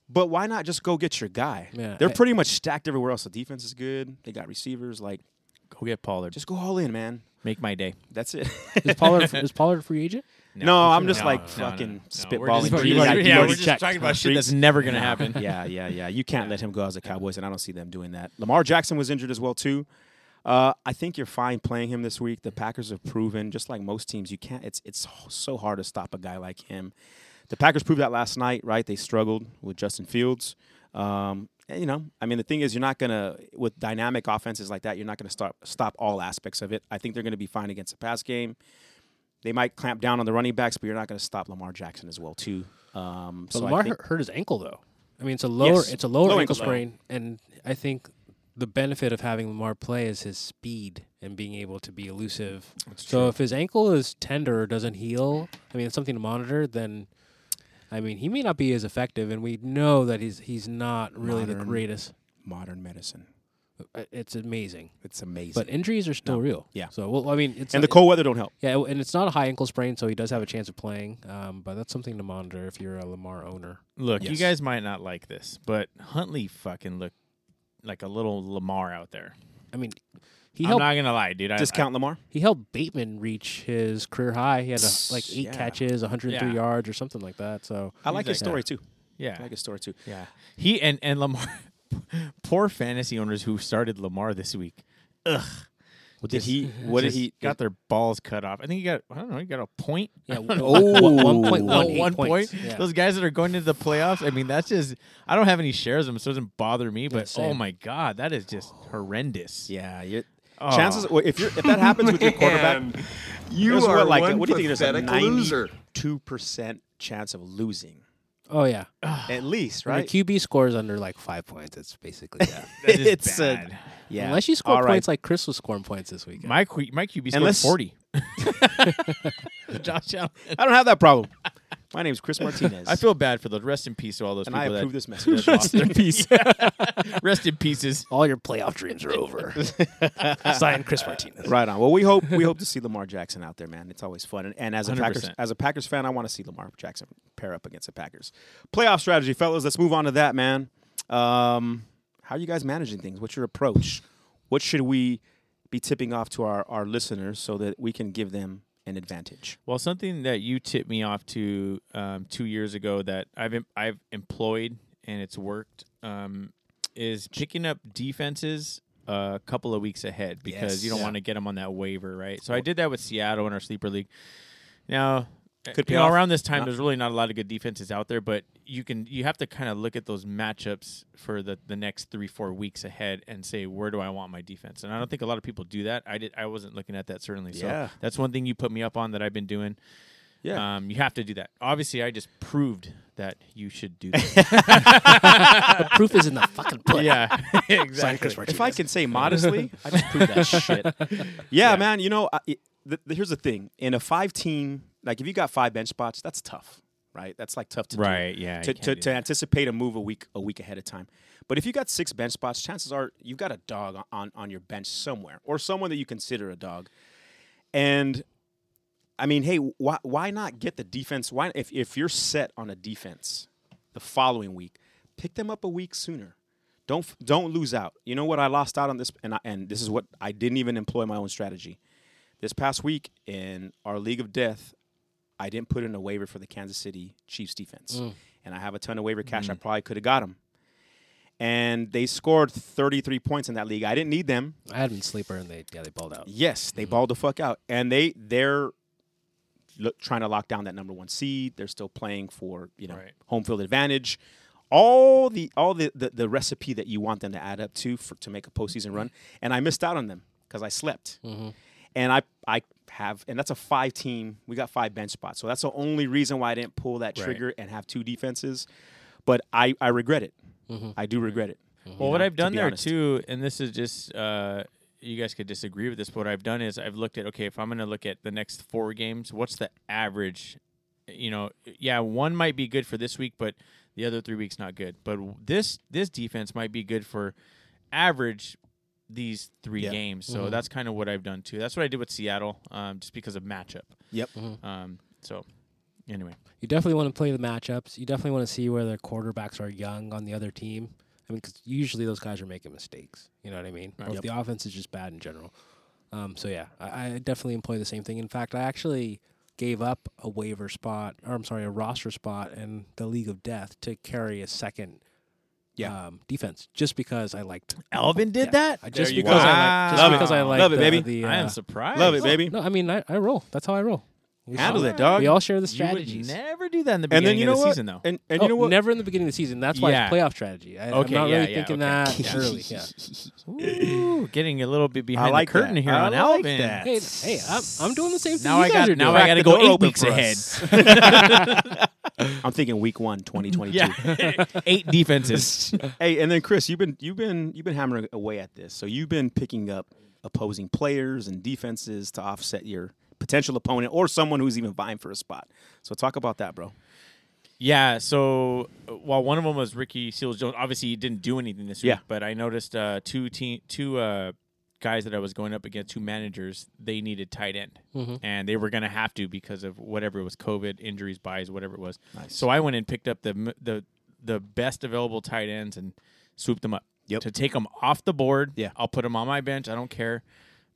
S2: But why not just go get your guy?
S3: Yeah,
S2: They're
S3: I-
S2: pretty much stacked everywhere else. The defense is good. They got receivers. Like,
S4: Go get Pollard. Just
S2: just go all in, man.
S4: make my day.
S2: That's it.
S3: Is Pollard is Pollard a free agent?
S2: No, Oh, I'm just like fucking spitballing.
S4: We're just,
S2: dreams,
S4: yeah,
S2: ideas.
S4: we're just talking about shit that's never gonna happen.
S2: yeah, yeah, yeah. You can't let him go as a Cowboys, and I don't see them doing that. Lamar Jackson was injured as well too. Uh, I think you're fine playing him this week. The Packers have proven, just like most teams, you can't. It's it's so hard to stop a guy like him. The Packers proved that last night, right? They struggled with Justin Fields. Um, and, you know, I mean, the thing is, you're not gonna with dynamic offenses like that. You're not gonna stop stop all aspects of it. I think they're gonna be fine against the pass game they might clamp down on the running backs, but you're not going to stop Lamar Jackson as well too. Um, so
S3: But
S2: I
S3: Lamar
S2: think-
S3: hurt his ankle though. I mean, it's a lower
S2: Yes.
S3: it's a lower
S2: Low
S3: ankle
S2: ankle.
S3: sprain, and I think the benefit of having Lamar play is his speed and being able to be elusive.
S4: That's
S3: so
S4: true.
S3: if his ankle is tender or doesn't heal, I mean, it's something to monitor. Then, I mean, he may not be as effective, and we know that he's he's not really the
S2: Modern.
S3: greatest.
S2: Modern medicine.
S3: Uh, It's amazing,
S2: It's amazing.
S3: but injuries are still real.
S2: Yeah.
S3: So well, I mean, it's
S2: and the cold weather don't help.
S3: Yeah, w- and it's not a high ankle sprain, so he does have a chance of playing. Um, but that's something to monitor if you're a Lamar owner.
S4: Look, you
S2: Yes.
S4: guys might not like this, but Huntley fucking looked like a little Lamar out there.
S3: I mean, he
S4: I'm
S3: helped
S4: not gonna lie, dude. I,
S2: Discount Lamar.
S3: he helped Bateman reach his career high. He had a, like eight
S2: Yeah. Uh,
S3: catches, 103
S4: Yeah.
S3: yards, or something like that. So
S2: I like
S4: He's
S2: his
S4: like
S2: story too.
S4: I- yeah,
S2: I like his story too.
S4: yeah. He and and Lamar. poor fantasy owners who started Lamar this week. Ugh.
S2: What did
S4: Just-
S2: he? What did
S4: just
S2: he?
S4: Got their balls cut off. I think he got. I don't know. He got a point.
S3: yeah,
S2: Oh.
S3: one point
S2: One-
S3: one eight
S4: one
S3: points.
S4: point.
S3: Yeah.
S4: Those guys that are going into the playoffs. I mean, that's just. I don't have any shares of them, so it doesn't bother me. But oh
S3: same.
S4: my god, that is just horrendous.
S2: yeah. You're,
S4: Oh.
S2: Chances well, if you're if that happens with your quarterback,
S5: You
S2: there's
S5: are
S2: what, like
S5: one
S2: what do you think? There's a
S5: pathetic loser.
S2: ninety-two percent chance of losing,
S3: Oh yeah,
S2: at least,
S3: right.
S2: right?
S3: The QB scores under like five points. It's basically that.
S4: That is
S2: It's uh, a-
S4: bad.
S2: yeah.
S3: Unless you score
S2: All right.
S3: points like Chris was scoring points this weekend.
S4: My Q, my QB scored
S2: Unless-
S4: forty. Josh Allen.
S2: I don't have that problem. My name's Chris Martinez.
S4: I feel bad for the rest in peace to all those
S2: and I
S4: people
S2: approve this
S4: that
S2: message.
S3: Rest in peace.
S4: rest in pieces.
S3: All your playoff dreams are over. Sign Chris Martinez.
S2: Right on. Well, we hope we hope to see Lamar Jackson out there, man. It's always fun. And, and as a Packers
S4: 100%.
S2: as a Packers fan, I want to see Lamar Jackson pair up against the Packers. Playoff strategy, fellas. Let's move on to that, man. Um, how are you guys managing things? What's your approach? What should we be tipping off to our, our listeners so that we can give them an advantage?
S4: Well, something that you tipped me off to um, two years ago that I've em- I've employed and it's worked um, is picking up defenses a couple of weeks ahead because
S2: Yes.
S4: you don't
S2: Yeah.
S4: want to get them on that waiver, right? So I did that with Seattle in our sleeper league. Now, eh,
S2: Could pay
S4: you know,
S2: off.
S4: around this time,
S2: Not-
S4: there's really not a lot of good defenses out there, but you can you have to kind of look at those matchups for the the next three four weeks ahead and say where do I want my defense? And I don't think a lot of people do that. I did I wasn't looking at that certainly. So
S2: Yeah.
S4: that's one thing you put me up on that I've been doing.
S2: Yeah.
S4: Um, you have to do that. Obviously, I just proved that you should do that.
S3: The proof is in the fucking pudding.
S4: yeah,
S3: Sign Chris
S4: exactly.
S3: Martinez.
S2: if I can say modestly, I just proved that shit. Yeah, man. You know, I, it- the, the, here's the thing: in a five team, like if you got five bench spots, that's tough, right? That's like tough to do.
S4: Right, yeah, you
S2: To,
S4: can't
S2: to,
S4: do
S2: to anticipate a move a week a week ahead of time. But if you got six bench spots, chances are you've got a dog on- on on your bench somewhere, or someone that you consider a dog. And I mean, hey, why why not get the defense? Why if if you're set on a defense the following week, pick them up a week sooner. Don't f- don't lose out. You know what I lost out on this, and I, and this is what I didn't even employ my own strategy. This past week in our league of death, I didn't put in a waiver for the Kansas City Chiefs defense, and I have a ton of waiver cash. I probably could have got them, and they scored 33 points in that league. I didn't need them.
S3: I had him in sleeper and they yeah they balled out.
S2: Yes, they balled the fuck out, and they they're lo- trying to lock down that number one seed. They're still playing for you know
S4: Right.
S2: home field advantage. All the all the, the the recipe that you want them to add up to for to make a postseason run, and I missed out on them because I slept, and I I have and that's a five team. We got five bench spots, so that's the only reason why I didn't pull that trigger and have two defenses. But I I regret it. I do regret it. you
S4: Well, what
S2: know,
S4: I've
S2: to
S4: done
S2: be
S4: there
S2: honest.
S4: too, and this is just uh, you guys could disagree with this, but what I've done is I've looked at okay, if I'm going to look at the next four games, what's the average? You know, yeah, one might be good for this week, but the other three weeks not good. But w- this this defense might be good for average these three
S2: Yeah.
S4: games. So
S3: Mm-hmm.
S4: that's kind of what I've done too. That's what I did with Seattle, um, just because of matchup.
S2: Yep.
S3: Mm-hmm.
S4: Um, so anyway,
S3: You definitely want to play the matchups. You definitely want to see where their quarterbacks are young on the other team. I mean, because usually those guys are making mistakes. You know what I mean? Or if
S2: Yep.
S3: the offense is just bad in general. Um, so yeah, I, I definitely employ the same thing. In fact, I actually gave up a waiver spot, or I'm sorry, a roster spot in the League of Death to carry a second.
S2: Yeah.
S3: Um, defense, just because I liked,
S4: Alvin did that.
S3: I just
S2: you go.
S3: because I like, just
S2: Love it.
S3: because I like,
S2: Love it,
S3: the,
S2: baby.
S3: The,
S4: I
S3: uh,
S4: am surprised.
S2: Love it, baby.
S3: No, I mean I, I roll. That's how I roll. We
S2: Handle
S3: all-
S2: it, dog.
S3: We all share the
S4: You would
S3: strategies.
S4: never do that in the
S2: And
S4: beginning
S2: then you
S4: of
S2: know
S4: the
S2: what?
S4: season, though.
S2: And and
S3: oh,
S2: you know what?
S3: never in the beginning of the season. That's why
S4: Yeah.
S3: it's playoff strategy. I,
S4: Okay,
S3: am not
S4: yeah,
S3: really
S4: yeah,
S3: thinking
S4: okay.
S3: that early. Yeah.
S4: Ooh, getting a little bit behind
S2: like
S4: the curtain
S2: that.
S4: here
S2: I
S4: on
S2: like
S4: Alvin.
S2: that.
S3: Hey, hey, I'm, I'm doing the same thing.
S4: Now
S3: you
S4: I
S3: guys
S4: got
S3: are
S4: now
S3: doing.
S4: I got
S2: the
S4: to
S2: door
S4: go eight
S2: open
S4: weeks
S2: for
S4: ahead.
S2: us. I'm thinking week one, 2022.
S4: Yeah, eight defenses.
S2: Hey, and then Chris, you've been you've been you've been hammering away at this. So you've been picking up opposing players and defenses to offset your potential opponent or someone who's even vying for a spot. So talk about that, bro.
S4: Yeah. So uh, while one of them was Ricky Seals Jones, obviously he didn't do anything this
S2: Yeah.
S4: week. But I noticed uh, two team, two uh, guys that I was going up against, two managers, they needed tight end,
S2: Mm-hmm.
S4: and they were going to have to because of whatever it was, COVID injuries, buys, whatever it was.
S2: Nice.
S4: So I went and picked up the m- the the best available tight ends and swooped them up
S2: Yep.
S4: to take them off the board.
S2: Yeah.
S4: I'll put them on my bench. I don't care.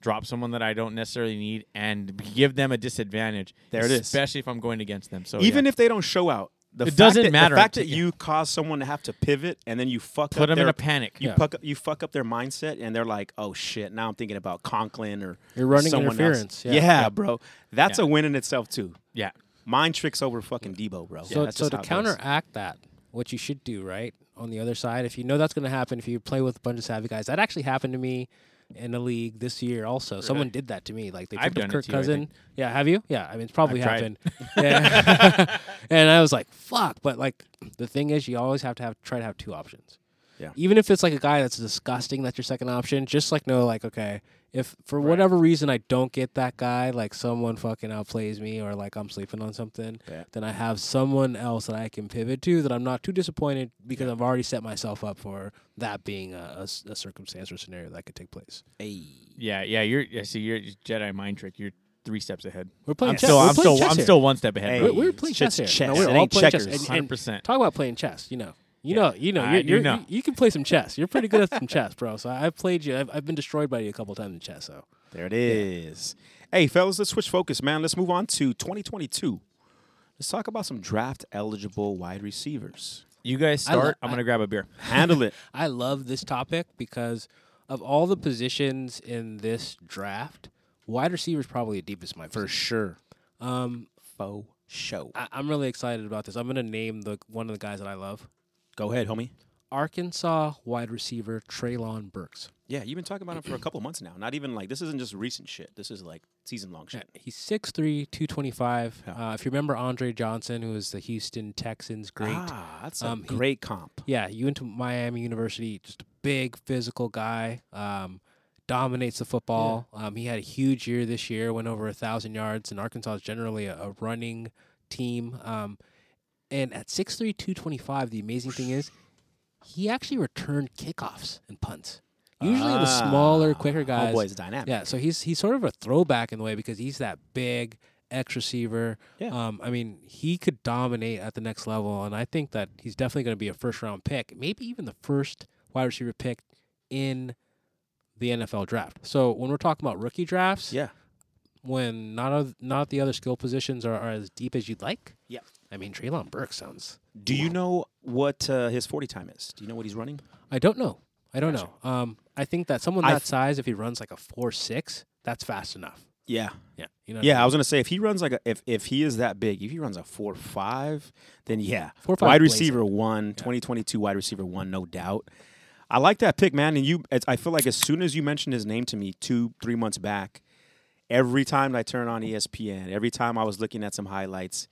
S4: Drop someone that I don't necessarily need and give them a disadvantage.
S2: There it is.
S4: especially if I'm going against them. So
S2: even
S4: yeah.
S2: if they don't show out, the
S4: It
S2: fact
S4: doesn't
S2: that, the
S4: matter.
S2: fact that
S4: Yeah.
S2: you cause someone to have to pivot and then you fuck up
S4: put them in
S2: their-
S4: a panic.
S2: You
S3: Yeah.
S2: fuck up, you fuck up their mindset, and they're like, "Oh shit!" Now I'm thinking about Conklin or
S3: You're running
S2: someone
S3: interference.
S2: Else.
S3: Yeah.
S2: Yeah. bro, that's
S4: Yeah.
S2: a win in itself too.
S4: Yeah.
S2: Mind tricks over fucking Debo, bro.
S3: So,
S2: That's
S3: so
S2: just
S3: to
S2: how it goes.
S3: counteract that, what you should do, right, on the other side, if you know that's going to happen, if you play with a bunch of savvy guys, that actually happened to me in the league this year. Also, someone did that to me. Like they
S4: I've
S3: picked
S4: done
S3: up
S4: it
S3: Kirk
S4: to you, I
S3: Cousin.
S4: think.
S3: Yeah, have you? Yeah, I mean it's probably
S4: I've tried.
S3: happened. Yeah. and I was like, fuck. But like the thing is, you always have to have try to have two options.
S2: Yeah.
S3: Even if it's like a guy that's disgusting, that's your second option. Just like know, like okay, if for whatever reason I don't get that guy, like someone fucking outplays me, or like I'm sleeping on something,
S2: Bet.
S3: then I have someone else that I can pivot to that I'm not too disappointed because I've already set myself up for that being a, a s- a circumstance or scenario that could take place.
S4: Yeah, yeah. You're yeah, see, you're Jedi mind trick. You're three steps ahead.
S3: We're playing
S4: I'm
S3: chess.
S4: still,
S3: we're
S4: I'm
S3: playing
S4: still,
S3: chess
S4: I'm
S3: here.
S4: still one step ahead.
S2: Hey,
S4: bro.
S3: We're, we're playing chess
S2: shit's
S3: here.
S2: chess.
S3: No, we're
S2: It
S3: all
S2: ain't
S3: playing
S2: checkers.
S3: chess. And- and
S4: 100%.
S3: Talk about playing chess. You know, you know, you know,
S4: I
S3: you're,
S4: do
S3: you're,
S4: know.
S3: You, you can play some chess. You're pretty good at some chess, bro. So I've played you. I've, I've been destroyed by you a couple times in chess. So
S2: There it is. Hey, fellas, let's switch focus, man. Let's move on to 2022. Let's talk about some draft eligible wide receivers.
S4: you guys
S3: I lo-
S4: start. I'm gonna grab a beer.
S2: Handle it.
S3: I love this topic because of all the positions in this draft, wide receiver is probably the deepest. My
S2: For
S3: position.
S2: sure.
S3: Um,
S2: Faux show.
S3: I, I'm really excited about this. I'm gonna name the one of the guys that I love.
S2: Go ahead, homie.
S3: Arkansas wide receiver Traylon Burks.
S2: Yeah, you've been talking about him for a couple months now. Not even like this isn't just recent shit. This is like season long shit.
S3: He's 6'3", 225.
S2: Yeah.
S3: Uh, if you remember Andre Johnson, who was the Houston Texans great.
S2: Ah, that's a
S3: Um, he-
S2: great comp.
S3: Yeah, you went to Miami University, just a big physical guy. Um, dominates the football. Um, he had a huge year this year, went over a thousand yards, and Arkansas is generally a, a running team. Um, and at 6'3", 225, the amazing thing is he actually returned kickoffs and punts. Usually the smaller,
S2: Ah,
S3: quicker guys.
S2: Homeboy's dynamic.
S3: Yeah, so he's he's sort of a throwback in a way because he's that big X receiver.
S2: Yeah.
S3: Um, I mean, he could dominate at the next level, and I think that he's definitely going to be a first round pick, maybe even the first wide receiver pick in the NFL draft. So when we're talking about rookie drafts,
S2: Yeah.
S3: when not of, not the other skill positions are, are as deep as you'd like.
S2: Yeah.
S3: I mean, Traylon Burke sounds.
S2: Do you know what uh, his 40 time is? Do you know what he's running?
S3: I don't know. I don't
S2: Gotcha.
S3: know. Um, I think that someone
S2: I
S3: that
S2: th-
S3: size, if he runs like a four six, that's fast enough.
S2: Yeah.
S3: Yeah. You know. what I mean?
S2: Yeah, I was gonna say if he runs like a if, if he is that big, if he runs a four five, then yeah,
S3: 4.5
S2: wide
S3: blazing.
S2: receiver one, 2022 wide receiver one, no doubt. I like that pick, man. And you, it's, I feel like as soon as you mentioned his name to me two three months back, every time I turn on E ESPN, every time I was looking at some highlights,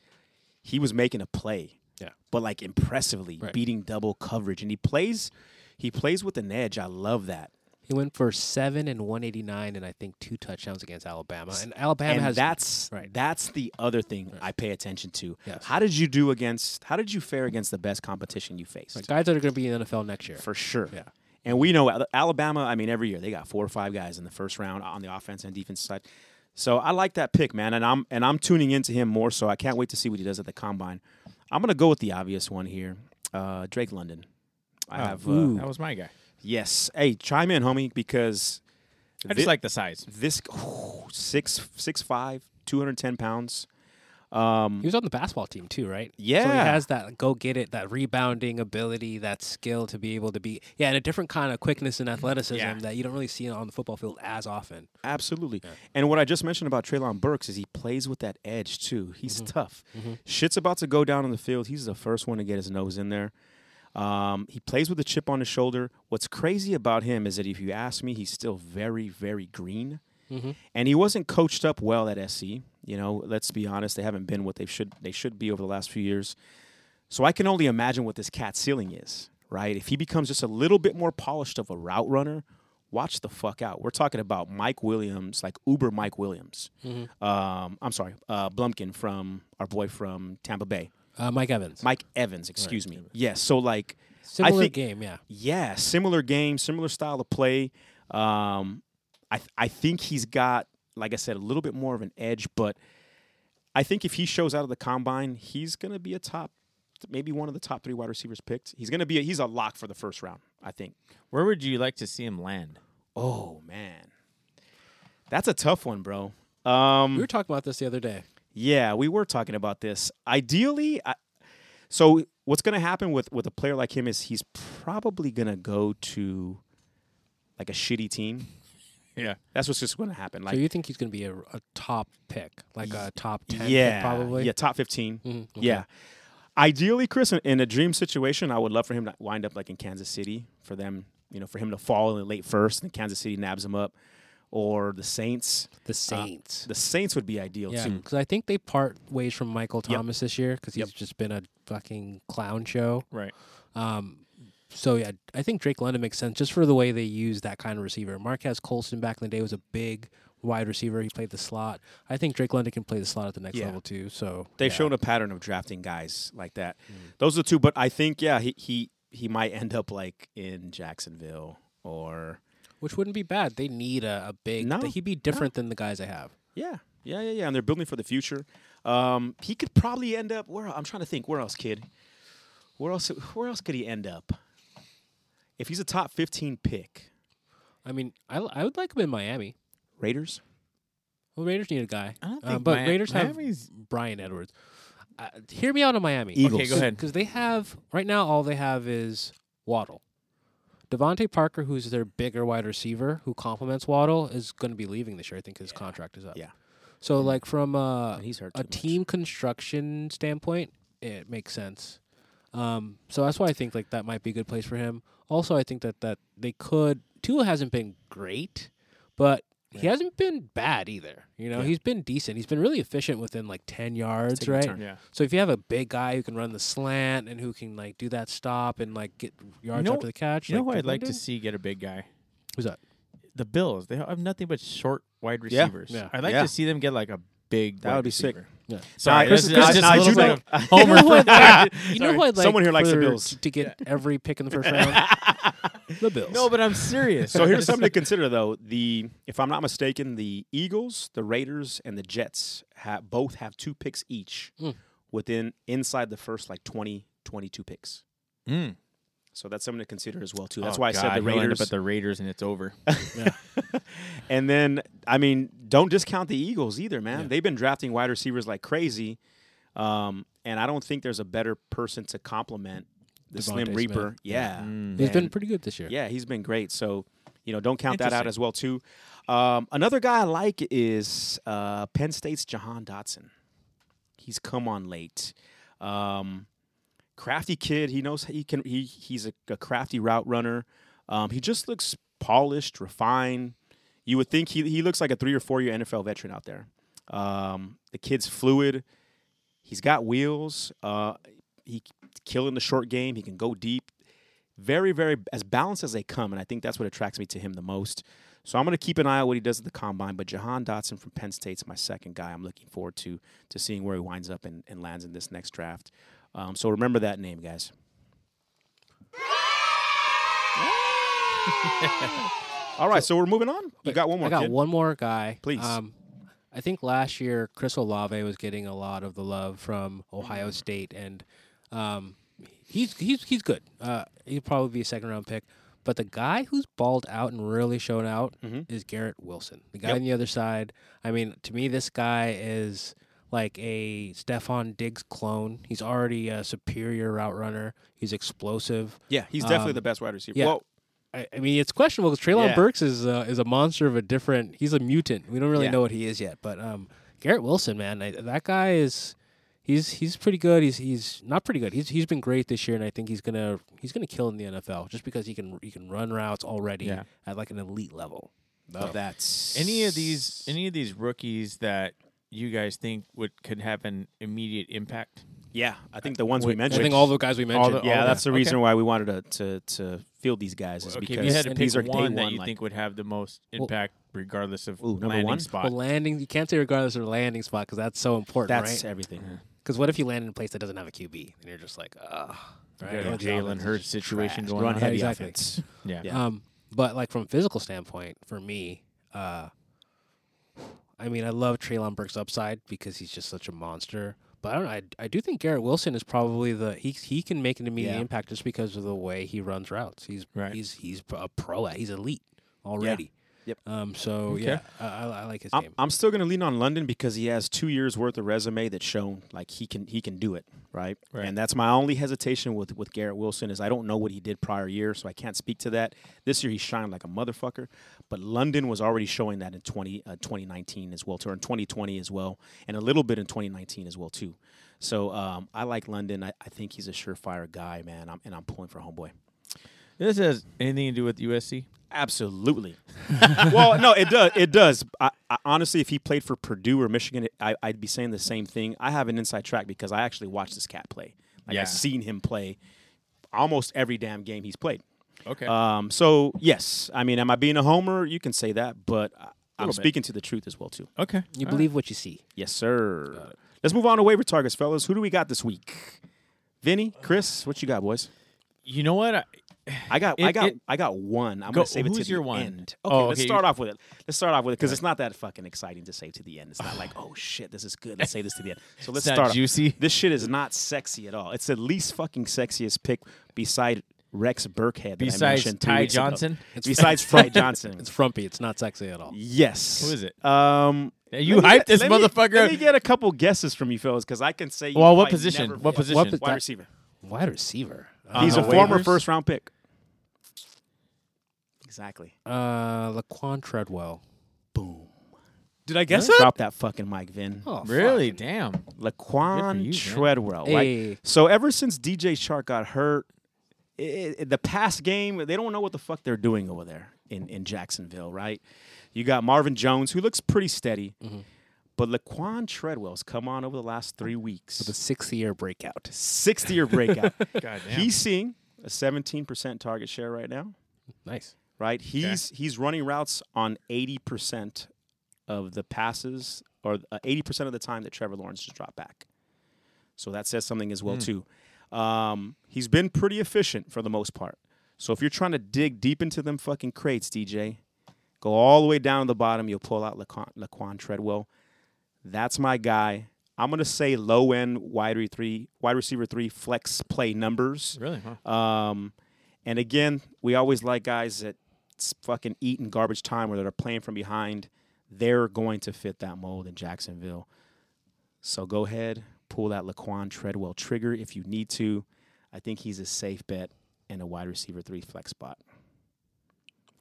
S2: he was making a play.
S3: Yeah.
S2: but like impressively
S3: Right.
S2: beating double coverage, and he plays he plays with an edge. I love that.
S3: He went for seven and one eighty nine, and I think two touchdowns against Alabama. And Alabama
S2: and
S3: has
S2: that's
S3: right.
S2: that's the other thing I pay attention to.
S3: Yes.
S2: How did you do against? How did you fare against the best competition you faced?
S3: like, guys that are going to be in the NFL next year.
S2: For sure.
S3: Yeah.
S2: And we know Al- Alabama. I mean, every year they got four or five guys in the first round on the offense and defense side. So I like that pick, man. And I'm and I'm tuning into him more. So I can't wait to see what he does at the combine. I'm gonna go with the obvious one here, uh, Drake London. I
S4: Oh,
S2: have uh,
S3: Ah, ooh.
S4: That was my guy.
S2: yes. Hey, chime in, homie, because
S4: I
S2: thi-
S4: just like the size.
S2: this ooh, six six five, 210 pounds. Um,
S3: He was on the basketball team too, right? So he
S2: Yeah.
S3: has that go get it, that rebounding ability, that skill to be able to be yeah, and a different kind of quickness and athleticism
S4: Yeah.
S3: that you don't really see on the football field as often.
S2: Absolutely. And what I just mentioned about Traylon Burks is he plays with that edge too. He's tough. Shit's about to go down on the field. He's the first one to get his nose in there. Um, he plays with a chip on his shoulder. What's crazy about him is that if you ask me, he's still very, very green. And he wasn't coached up well at SC. You know, let's be honest, they haven't been what they should they should be over the last few years. So I can only imagine what this cat ceiling is, right? If he becomes just a little bit more polished of a route runner, watch the fuck out. We're talking about Mike Williams, like Uber Mike Williams. Um, I'm sorry, uh, Blumpkin from our boy from Tampa Bay,
S3: Uh, Mike Evans.
S2: Mike Evans. Excuse me. Yes. So like, I
S3: Similar
S2: think,
S3: game, yeah.
S2: yeah, similar game, similar style of play. Um, I th- I think he's got, like I said, a little bit more of an edge, but I think if he shows out of the combine, he's gonna be a top, maybe one of the top three wide receivers picked. He's gonna be a, he's a lock for the first round, I think.
S4: Where would you like to see him land?
S2: Oh man, that's a tough one, bro.
S3: We
S2: Um,
S3: were talking about this the other day.
S2: yeah, we were talking about this. Ideally, I, so what's going to happen with with a player like him is he's probably going to go to like a shitty team.
S4: Yeah.
S2: That's what's just going to happen. Like
S3: so you think he's going to be a, a top pick, like a top ten? pick
S2: yeah,
S3: probably.
S2: yeah, top 15 Yeah, ideally, Chris, in- in a dream situation, I would love for him to wind up like in Kansas City for them. You know, for him to fall in the late first, and Kansas City nabs him up, or the Saints.
S3: The Saints.
S2: The Saints would be ideal
S3: Yeah,
S2: too.
S3: because I think they part ways from Michael Thomas this year because he's just been a fucking clown show.
S4: Right.
S3: Um, so yeah, I think Drake London makes sense just for the way they use that kind of receiver. Marquez Colston back in the day was a big wide receiver. He played the slot. I think Drake London can play the slot at the next
S2: Yeah.
S3: level too. So
S2: They've
S3: yeah.
S2: shown a pattern of drafting guys like that. Those are the two, but I think yeah, he he he might end up like in Jacksonville or
S3: which wouldn't be bad. They need a, a big.
S2: No,
S3: he'd be different than the guys they have.
S2: yeah, yeah, yeah, yeah. And they're building for the future. Um, he could probably end up where I'm trying to think. Where else, kid? Where else? Where else could he end up? If he's a top 15 pick,
S3: I mean, I, I would like him in Miami.
S2: Raiders.
S3: Well, Raiders need a guy,
S4: I don't
S3: Uh,
S4: think
S3: but
S4: Mi-
S3: Raiders have
S4: Miami's-
S3: Brian Edwards. Uh, hear me out on Miami.
S2: Eagles.
S4: Okay, go ahead.
S3: Because they have right now, all they have is Waddle. Devontae Parker, who's their bigger wide receiver, who complements Waddle, is going to be leaving this year. I think his contract is up.
S2: Yeah.
S3: So, like from uh, a,
S2: And he's hurt too
S3: a
S2: much.
S3: team construction standpoint, it makes sense. Um, so that's why I think like that might be a good place for him. Also, I think that that they could. Tua hasn't been great, but he hasn't been bad either. You know,
S2: Yeah.
S3: he's been decent. He's been really efficient within like ten yards,
S2: Taking a
S3: right?
S2: turn.
S4: Yeah.
S3: So if you have a big guy who can run the slant and who can like do that stop and like get yards
S4: know-
S3: after the catch,
S4: You know who
S3: like
S4: I'd like to
S3: Devontae?
S4: see get a big guy?
S3: Who's that?
S4: The Bills. They have nothing but short wide
S2: Yeah.
S4: receivers.
S3: Yeah.
S4: I'd like
S2: Yeah.
S4: to see them get like a big.
S2: That
S4: wide
S2: would be sick.
S4: receiver.
S3: Yeah.
S4: Sorry,
S2: Now, Chris-
S4: this is-
S2: Chris
S4: I
S2: is-
S4: just
S2: I
S4: a
S2: do
S4: little
S2: know-
S4: bit of
S3: You
S4: Homer.
S3: know who I'd like, you know
S2: Sorry.
S3: who I'd like
S2: Someone here likes the
S3: for-
S2: Bills.
S3: to get every pick in the first round. the Bills.
S4: no, but I'm serious.
S2: So here's something to consider though: the if I'm not mistaken, the Eagles, the Raiders, and the Jets have, both have two picks each
S4: Hmm.
S2: within inside the first like 20, 22 picks.
S4: Mm.
S2: So that's something to consider as well too. That's
S4: Oh,
S2: why I said
S4: God,
S2: the
S4: he'll end up
S2: Raiders.
S4: at the Raiders, and it's over.
S2: and then I mean, don't discount the Eagles either, man. They've been drafting wide receivers like crazy, um, and I don't think there's a better person to complement the Slim
S3: Devontae
S2: Reaper.
S3: Smith.
S2: Yeah,
S3: Mm. he's been
S2: And-
S3: pretty good this year.
S2: yeah, he's been great. So, you know, don't count that out
S4: Interesting.
S2: as well too. Um, another guy I like is uh, Penn State's Jahan Dotson. He's come on late. Um, crafty kid. He knows he can. He he's a, a crafty route runner. Um, he just looks polished, refined. You would think he he looks like a three or four year NFL veteran out there. Um, the kid's fluid. He's got wheels. Uh, he killing the short game. He can go deep. Very, very as balanced as they come, and I think that's what attracts me to him the most. So I'm going to keep an eye on what he does at the combine. But Jahan Dotson from Penn State's my second guy. I'm looking forward to to seeing where he winds up and, and lands in this next draft. Um, so remember that name, guys. All right, so, we're moving on. You got one more.
S3: I got
S2: kid.
S3: one more guy.
S2: Please.
S3: Um, I think last year Chris Olave was getting a lot of the love from Ohio State, and um, he's he's he's good. Uh, he'll probably be a second round pick. But the guy who's balled out and really shown out
S2: Mm-hmm.
S3: is Garrett Wilson, the guy on the other side. I mean, to me, this guy is like a Stefan Diggs clone. He's already a superior route runner. He's explosive.
S2: Yeah, he's definitely
S3: Um,
S2: the best wide receiver.
S3: yeah.
S2: Well,
S3: I, I mean, it's questionable because Traylon
S2: Yeah.
S3: Burks is uh, is a monster of a different. He's a mutant. We don't really
S2: Yeah.
S3: know what he is yet. But um, Garrett Wilson, man, I, that guy is. He's he's pretty good. He's he's not pretty good. He's he's been great this year, and I think he's gonna he's gonna kill in the NFL just because he can he can run routes already
S4: Yeah.
S3: at like an elite level.
S2: that's
S4: any of these any of these rookies that you guys think would could have an immediate impact?
S2: Yeah, I think the ones we,
S3: I
S2: mentioned.
S3: think all the guys we mentioned.
S4: the-
S2: yeah,
S4: all
S2: that's the
S4: okay.
S2: reason why we wanted to to, to field these guys is
S4: Okay, if
S2: because
S4: you had to pick
S2: these are day
S4: one
S2: one.
S4: that you
S2: like-
S4: think would have the most impact, regardless of
S2: Ooh, number
S4: landing
S2: one?
S4: spot.
S3: Well, landing. You can't say regardless of the landing spot because that's so important,
S2: that's
S3: right?
S2: everything.
S3: Because what if you land in a place that doesn't have a QB and you're just like, ugh.
S4: You got a
S3: Lawrence
S4: Jalen
S3: Allen's
S4: Hurts
S3: just
S4: situation
S3: trash.
S4: going
S2: Run
S4: on.
S2: heavy
S3: Exactly.
S2: offense.
S4: Yeah.
S2: Yeah.
S3: Um, but like from a physical standpoint, for me, uh, I mean, I love Traylon Burke's upside because he's just such a monster. But I don't. know, I, I do think Garrett Wilson is probably the he he can make an immediate
S2: Yeah.
S3: impact just because of the way he runs routes. He's
S4: Right.
S3: he's he's a pro at. He's elite already.
S2: Yep.
S3: Um. So
S4: Okay.
S3: yeah, I, I, I like his
S2: I'm,
S3: game.
S2: I'm still going to lean on London because he has two years worth of resume that's shown like he can he can do it right?
S4: Right.
S2: And that's my only hesitation with with Garrett Wilson is I don't know what he did prior year, so I can't speak to that. This year he shined like a motherfucker, but London was already showing that in 20 uh, 2019 as well, or in 2020 as well, and a little bit in 2019 as well too. So um, I like London. I, I think he's a surefire guy, man. I'm, and I'm pulling for homeboy.
S4: This has anything to do with USC?
S2: Absolutely. well, no, it does. It does. I, I, honestly, if he played for Purdue or Michigan, I, I'd be saying the same thing. I have an inside track because I actually watched this cat play. Like
S4: Yeah.
S2: I've seen him play almost every damn game he's played.
S4: Okay.
S2: Um, so yes, I mean, am I being a homer? You can say that, but I, I'm
S4: bit.
S2: speaking to the truth as well too.
S4: okay.
S3: You believe what you see.
S2: Yes, sir. Let's move on to waiver targets, fellas. Who do we got this week? Vinny, Chris, what you got, boys?
S4: You know what? I,
S2: I got, I
S4: It-
S2: got,
S4: it-
S2: I got one. I'm
S4: Go-
S2: gonna save it to
S4: who's
S2: the
S4: your one?
S2: end. Okay,
S4: Oh,
S2: let's
S4: okay,
S2: start
S4: you-
S2: off with it. Let's start off with it because it's not that fucking exciting to save to the end. It's not like, oh shit, this is good. Let's save this to the end. So let's
S4: not
S2: start. off.
S4: juicy.
S2: This shit is not sexy at all. It's the least fucking sexiest pick beside Rex Burkhead. that I
S4: Besides
S2: mentioned two
S4: Ty
S2: weeks ago.
S4: Johnson? It's-
S2: Besides Fry Johnson.
S3: It's frumpy. It's not sexy at all.
S2: Yes.
S4: Who is it?
S2: Um,
S4: Yeah, you
S2: let me
S4: hyped
S2: get-
S4: this
S2: let me-
S4: motherfucker.
S2: Let me get a couple guesses from you fellas because I can say. You
S4: Well, what
S2: might
S4: position?
S2: never
S4: What
S2: guess.
S4: position?
S3: What-
S2: Wide receiver.
S3: Wide receiver.
S2: He's
S4: Uh,
S2: a former
S4: waivers?
S2: first round pick. Exactly.
S3: Uh, Laquan Treadwell.
S2: Boom.
S3: Did I
S2: Drop that fucking mic, Vin.
S3: Oh,
S4: really? Damn.
S2: Laquan
S4: Good for you, man.
S2: Treadwell. Like,
S3: Hey.
S2: so ever since DJ Shark got hurt, i i the past game they don't know what the fuck they're doing over there in in Jacksonville, right? You got Marvin Jones, who looks pretty steady,
S4: Mm-hmm.
S2: but Laquan Treadwell's come on over the last three weeks.
S3: The sixth year breakout.
S2: Sixth year breakout.
S4: God damn.
S2: He's seeing a 17% target share right now.
S3: Nice.
S2: right? He's he's running routes on eighty percent of the passes, or uh, eighty percent of the time that Trevor Lawrence just dropped back. So that says something as well too. Um, he's been pretty efficient for the most part. So if you're trying to dig deep into them fucking crates, DJ, go all the way down to the bottom. You'll pull out Laquan, Laquan Treadwell. That's my guy. I'm gonna say low end wide re- three, wide receiver three flex play numbers.
S4: Really? Huh?
S2: Um, and again, we always like guys that s- fucking eat in garbage time or that are playing from behind. They're going to fit that mold in Jacksonville. So go ahead, pull that Laquan Treadwell trigger if you need to. I think he's a safe bet and a wide receiver three flex spot.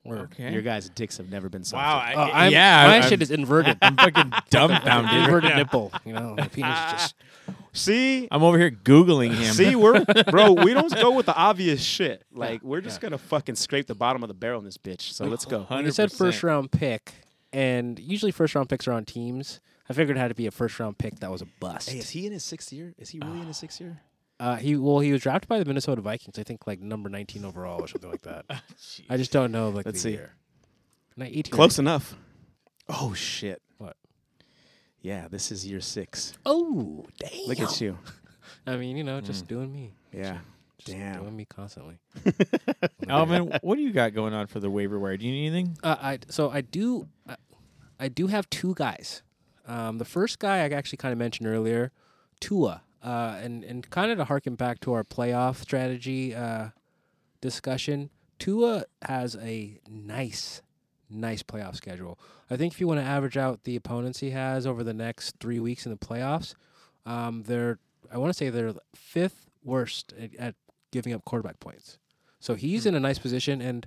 S3: Word.
S4: Okay.
S2: Your guys' dicks have never been softer.
S4: wow. I,
S3: Uh, I'm,
S4: yeah.
S3: my
S4: I'm,
S3: shit is inverted.
S4: I'm fucking dumbfounded.
S3: inverted nipple. You know, the penis is just
S2: See,
S4: I'm over here googling him.
S2: see, we're bro. We don't go with the obvious shit. Like we're just gonna fucking scrape the bottom of the barrel in this bitch. So let's go.
S3: When you said first round pick, and usually first round picks are on teams. I figured it had to be a first round pick that was a bust.
S2: Hey, is he in his sixth year? Is he really in his sixth year?
S3: Uh, he well, he was drafted by the Minnesota Vikings. I think like number 19 overall or something like that. I just don't know. Like
S2: Oh, Let's
S3: the
S2: see.
S3: year. Ni- 18, right?
S2: Close enough. Oh shit.
S3: What?
S2: Yeah, this is year six.
S3: Oh, damn.
S2: Look at Hmm. you.
S3: I mean, you know, just doing me.
S2: Yeah.
S3: Just doing me constantly.
S4: Alvin, what do you got going on for the waiver wire? Do you need anything?
S3: Uh, I so I do, I, I do have two guys. Um, the first guy I actually kind of mentioned earlier, Tua, uh, and and kind of to harken back to our playoff strategy uh, discussion. Tua has a nice, nice playoff schedule. I think if you want to average out the opponents he has over the next three weeks in the playoffs, um, they're I want to say they're fifth worst at, at giving up quarterback points.
S2: Hmm.
S3: So he's in a nice position, and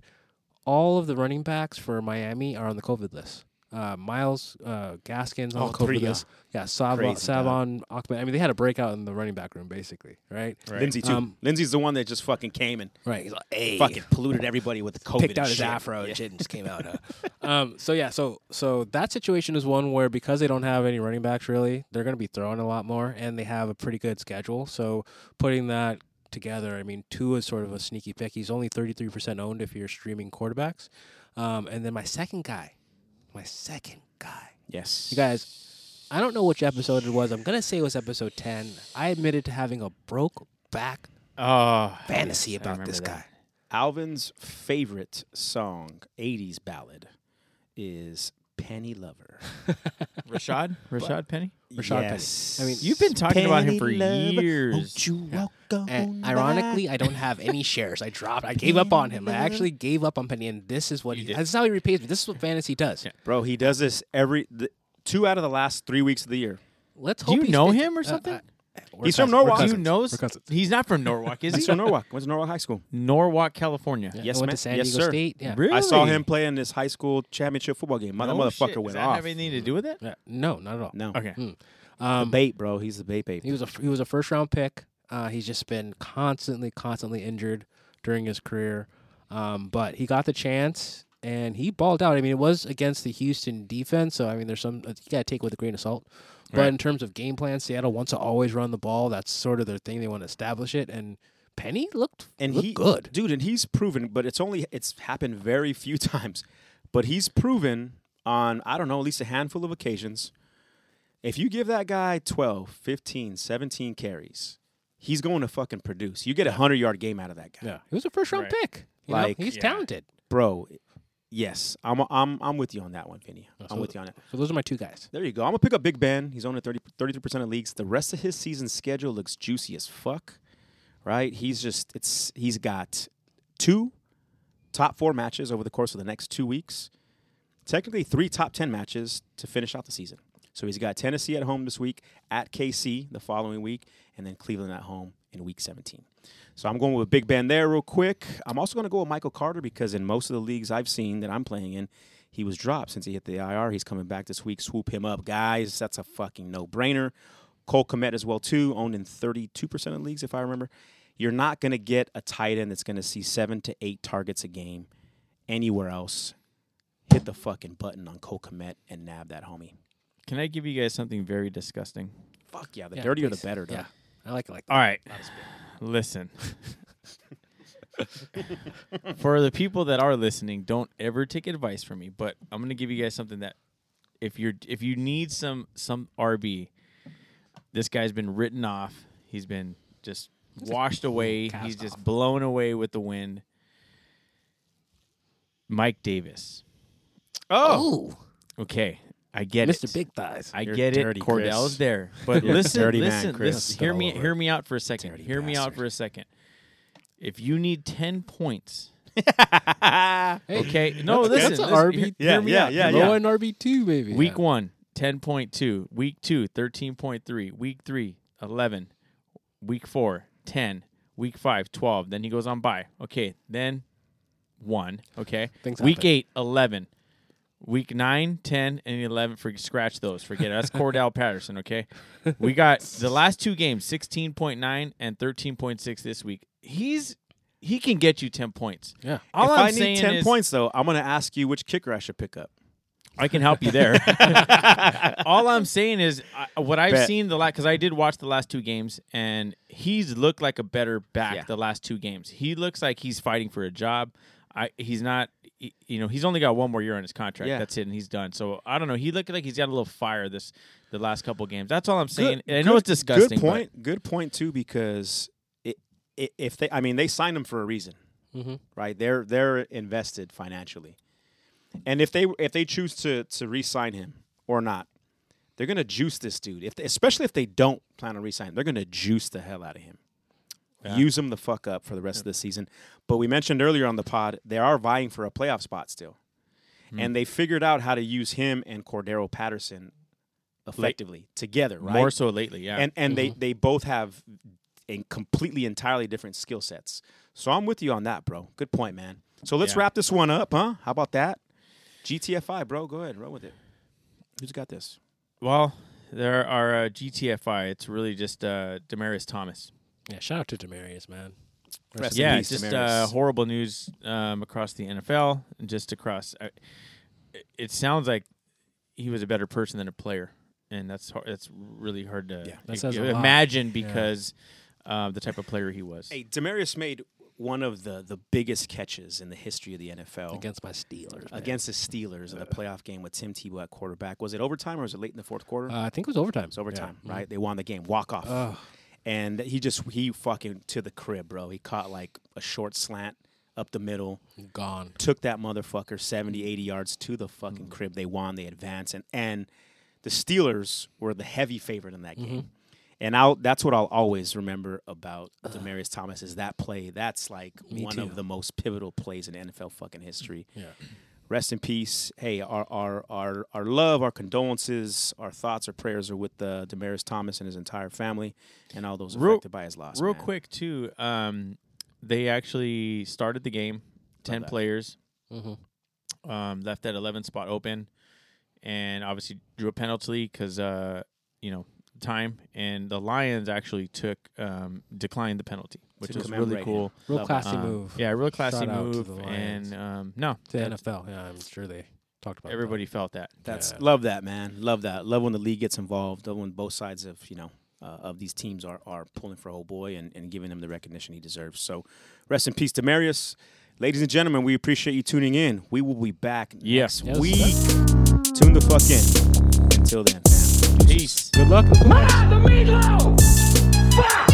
S3: all of the running backs for Miami are on the COVID list. Uh, Miles uh, Gaskins on
S2: All
S3: the cope
S2: three,
S3: with this. Yeah, Savon,
S2: Crazy, dog.
S3: Savon Ahmed. I mean, they had a breakout in the running back room, basically, right?
S4: Right.
S2: Lindsay too.
S3: Um,
S2: Lindsay's the one that just fucking came and
S3: Right. He's like, hey,
S2: fucking polluted everybody with the COVID.
S3: picked out
S2: and
S3: his
S2: shit.
S3: afro
S2: Yeah.
S3: and shit and just came out. Huh? um, so yeah, so so that situation is one where because they don't have any running backs really, they're going to be throwing a lot more, and they have a pretty good schedule. So putting that together, I mean, two is sort of a sneaky pick. He's only thirty three percent owned if you're streaming quarterbacks. Um, and then my second guy, my second guy.
S2: Yes,
S3: You guys, I don't know which episode it was. I'm gonna say it was episode ten. I admitted to having a broke back Uh,
S4: Oh,
S3: fantasy
S4: yes, I
S3: about this
S4: remember
S3: guy.
S4: that.
S2: Alvin's favorite song, '80s ballad, is "Penny Lover."
S4: Rashad, Rashad Penny.
S3: Rashad
S2: yes.
S3: Penny. I mean,
S4: You've been talking about him for
S2: Penny lover,
S4: years.
S2: won't you walk on
S4: Oh,
S3: And ironically, I don't have any shares. I dropped. I gave up on him. I actually gave up on Penny, and this is what
S4: You
S3: he.
S4: did.
S3: This is how he repays me. This is what fantasy does.
S4: Yeah.
S2: by? bro? He does this every the, two out of the last three weeks of the year.
S3: Let's
S4: Do
S3: hope.
S4: you
S3: he
S4: know
S3: stays-
S4: him or
S3: Uh,
S4: something?
S3: I- we're
S2: He's from
S3: cousins. We're
S2: Norwalk.
S4: Do
S3: cousins.
S4: you know?
S3: We're cousins.
S4: He's not from Norwalk, is
S2: He's
S4: he?
S2: from Norwalk. Went to Norwalk High School.
S4: Norwalk, California.
S3: Yeah,
S2: Yes,
S3: went
S2: ma'am.
S3: to San
S2: Yes,
S3: Diego
S2: sir.
S3: State. Yeah.
S4: Really?
S2: I saw him play in this high school championship football game. My, that
S4: Oh,
S2: motherfucker
S4: shit. Does
S2: went
S4: that
S2: off.
S4: Have anything to do with it?
S3: Yeah. No, not at all.
S2: no,
S4: Okay.
S3: Um,
S2: bait, bro. He's the bait bait.
S3: he was a he was a first round pick. Uh, he's just been constantly, constantly injured during his career. Um, but he got the chance and he balled out. I mean, it was against the Houston defense, so I mean, there's some uh, you gotta take with a grain of salt. But
S4: Right.
S3: in terms of game plan, Seattle wants to always run the ball. That's sort of their thing. They want to establish it. And Penny looked
S2: and
S3: looked
S2: he
S3: good.
S2: dude and he's proven but it's only it's happened very few times but he's proven on i don't know at least a handful of occasions if you give that guy 12 15 17 carries he's going to fucking produce you get a 100 yard game out of that guy
S3: Yeah, he was a first round
S4: Right.
S3: pick. You know,
S2: Like-
S3: he's
S4: Yeah.
S3: talented.
S2: bro yes i'm i'm i'm with you on that one vinny i'm
S3: so-
S2: with you on it
S3: So those are my two guys.
S2: there you go. I'm gonna pick up Big Ben. He's owned in 30, 33% of leagues. The rest of his season schedule looks juicy as fuck. Right? He's just it's he's got two top four matches over the course of the next two weeks. Technically three top ten matches to finish out the season. So he's got Tennessee at home this week, at KC the following week, and then Cleveland at home in week 17. So I'm going with Big Ben there real quick. I'm also going to go with Michael Carter because in most of the leagues I've seen that I'm playing in, he was dropped since he hit the IR. He's coming back this week. Swoop him up, guys. That's a fucking no brainer. Cole Komet as well too, owned in 32% of leagues if I remember. You're not going to get a tight end that's going to see seven to eight targets a game anywhere else. Hit the fucking button on Cole Komet and nab that homie.
S4: Can I give you guys something very disgusting?
S2: Fuck yeah, the
S3: Yeah,
S2: dirtier
S3: please.
S2: the better. Though.
S3: Yeah, I like it like that.
S4: All right. Listen. For the people that are listening, don't ever take advice from me, but I'm going to give you guys something that if you're if you need some some RB, this guy's been written off. He's been just washed away.
S3: cast
S4: He's just
S3: off.
S4: blown away with the wind. Mike Davis.
S3: Oh,
S4: Okay, I get it.
S3: Mr. Big Thighs.
S4: I
S2: You're
S4: get
S2: dirty,
S4: it.
S2: Chris.
S4: Cordell's there, but
S2: You're a
S4: listen,
S2: dirty man,
S4: listen,
S2: Chris.
S4: listen. Hear me,
S2: All
S4: hear me out for a second.
S2: Dirty
S4: hear me out
S2: bastard.
S4: for a second. If you need ten points,
S3: Hey,
S4: okay, no,
S3: that's-
S4: listen,
S3: that's a
S4: listen,
S3: RB.
S4: hear-
S2: Yeah,
S4: hear me
S2: yeah,
S4: out.
S2: yeah,
S3: low
S2: yeah.
S3: in RB two maybe.
S4: Week
S3: Yeah.
S4: one, 10.2. Week two, 13.3. Week three, 11. Week four, 10. Week five, 12. Then he goes on by. Okay, then one. Okay.
S3: Things
S4: Week
S3: happen.
S4: eight, 11. Week 9, 10, and 11. For, scratch those. Forget it. That's Cordell Patterson, okay? We got the last two games, 16.9 and 13.6 this week. He's he can get you 10 points.
S3: Yeah.
S4: All
S2: if
S4: I'm
S2: i need
S4: saying
S2: 10
S4: is-
S2: points, though, I'm going to ask you which kicker I should pick up.
S4: I can help you there. All I'm saying is I, what I've
S2: Bet.
S4: seen the last because I did watch the last two games, and he's looked like a better back
S2: Yeah.
S4: the last two games. He looks like he's fighting for a job. I he's not, y- you know, he's only got one more year on his contract.
S2: Yeah.
S4: That's it, and he's done. So I don't know. He looked like he's got a little fire this the last couple games. That's all I'm saying. and I know it's disgusting.
S2: Good point. Good point too, because it, it, if they, I mean, they signed him for a reason,
S4: Mm-hmm.
S3: Mhm.
S2: right? They're they're invested financially, and if they if they choose to to re-sign him or not, they're gonna juice this dude. If they, especially if they don't plan on re-signing, they're gonna juice the hell out of him.
S4: Yeah.
S2: Use him the fuck up for the rest of the season. But we mentioned earlier on the pod, they are vying for a playoff spot still.
S4: Hmm.
S2: And they figured out how to use him and Cordero Patterson effectively together,
S4: but
S2: right?
S4: More so lately, yeah.
S2: and and they they both have in completely entirely different skill sets. So I'm with you on that, bro. Good point, man. So let's
S4: Yeah.
S2: wrap this one up, huh? How about that? GTFI, bro. Go ahead, roll with it. Who's got this?
S4: Well, there are uh, GTFI. It's really just uh, Damaris Thomas.
S3: Yeah, shout out to Demarius, man.
S2: Rest in
S4: yeah,
S2: peace,
S4: just uh,
S2: Damaris.
S4: horrible news um, across the NFL and just across. Uh, it- it sounds like he was a better person than a player, and that's hard, that's really hard to
S2: Yeah,
S3: that says a lot.
S4: imagine because uh, the type of player he was.
S2: Hey, Demarius made one of the the biggest catches in the history of the NFL
S3: Against my Steelers. man.
S2: against the Steelers in the playoff game with Tim Tebow at quarterback. Was it overtime or was it late in the fourth quarter?
S3: Uh, I think it was overtime.
S2: It's overtime, right? They won the game, walk off, and he just he fucking to the crib, bro. He caught like a short slant up the middle,
S3: Gone.
S2: took that motherfucker 70, 80 yards to the fucking crib. They won, they advanced, and and the Steelers were the heavy favorite in that game. And I'll, that's what I'll always remember about Demarius Thomas is that play. That's like
S3: Me
S2: one
S3: too.
S2: of the most pivotal plays in NFL fucking history
S3: Yeah.
S2: rest in peace. Hey, our our our our love, our condolences, our thoughts, our prayers are with uh, Damaris Thomas and his entire family, and all those
S4: Real-
S2: affected by his loss.
S4: Real
S2: man.
S4: quick too, um, they actually started the game, ten
S2: that.
S4: players,
S3: Mm-hmm.
S4: um, left that 11 spot open and obviously drew a penalty because uh, you know time and the lions actually took um, declined the penalty which
S2: To
S4: is really
S2: commemorate him.
S4: cool
S3: Real
S2: Love it.
S3: classy
S4: Um,
S3: move.
S4: yeah really classy
S3: Shout out to
S4: move
S3: the Lions.
S4: and um, no
S3: To
S4: that's-
S3: NFL. Yeah, I'm sure they talked about that.
S4: everybody felt that
S2: That's
S3: Yeah.
S2: love that man, love that. Love when the league gets involved. Love when both sides of you know. Uh, of these teams are, are pulling for old boy and, and giving him the recognition he deserves. So, rest in peace, Demarius. Ladies and gentlemen, we appreciate you tuning in. We will be back
S4: Yeah.
S2: next
S3: Yes.
S2: week. Tune the fuck in. Until then, fam.
S4: peace
S2: Good luck.
S5: Mama, the meatloaf! Fuck!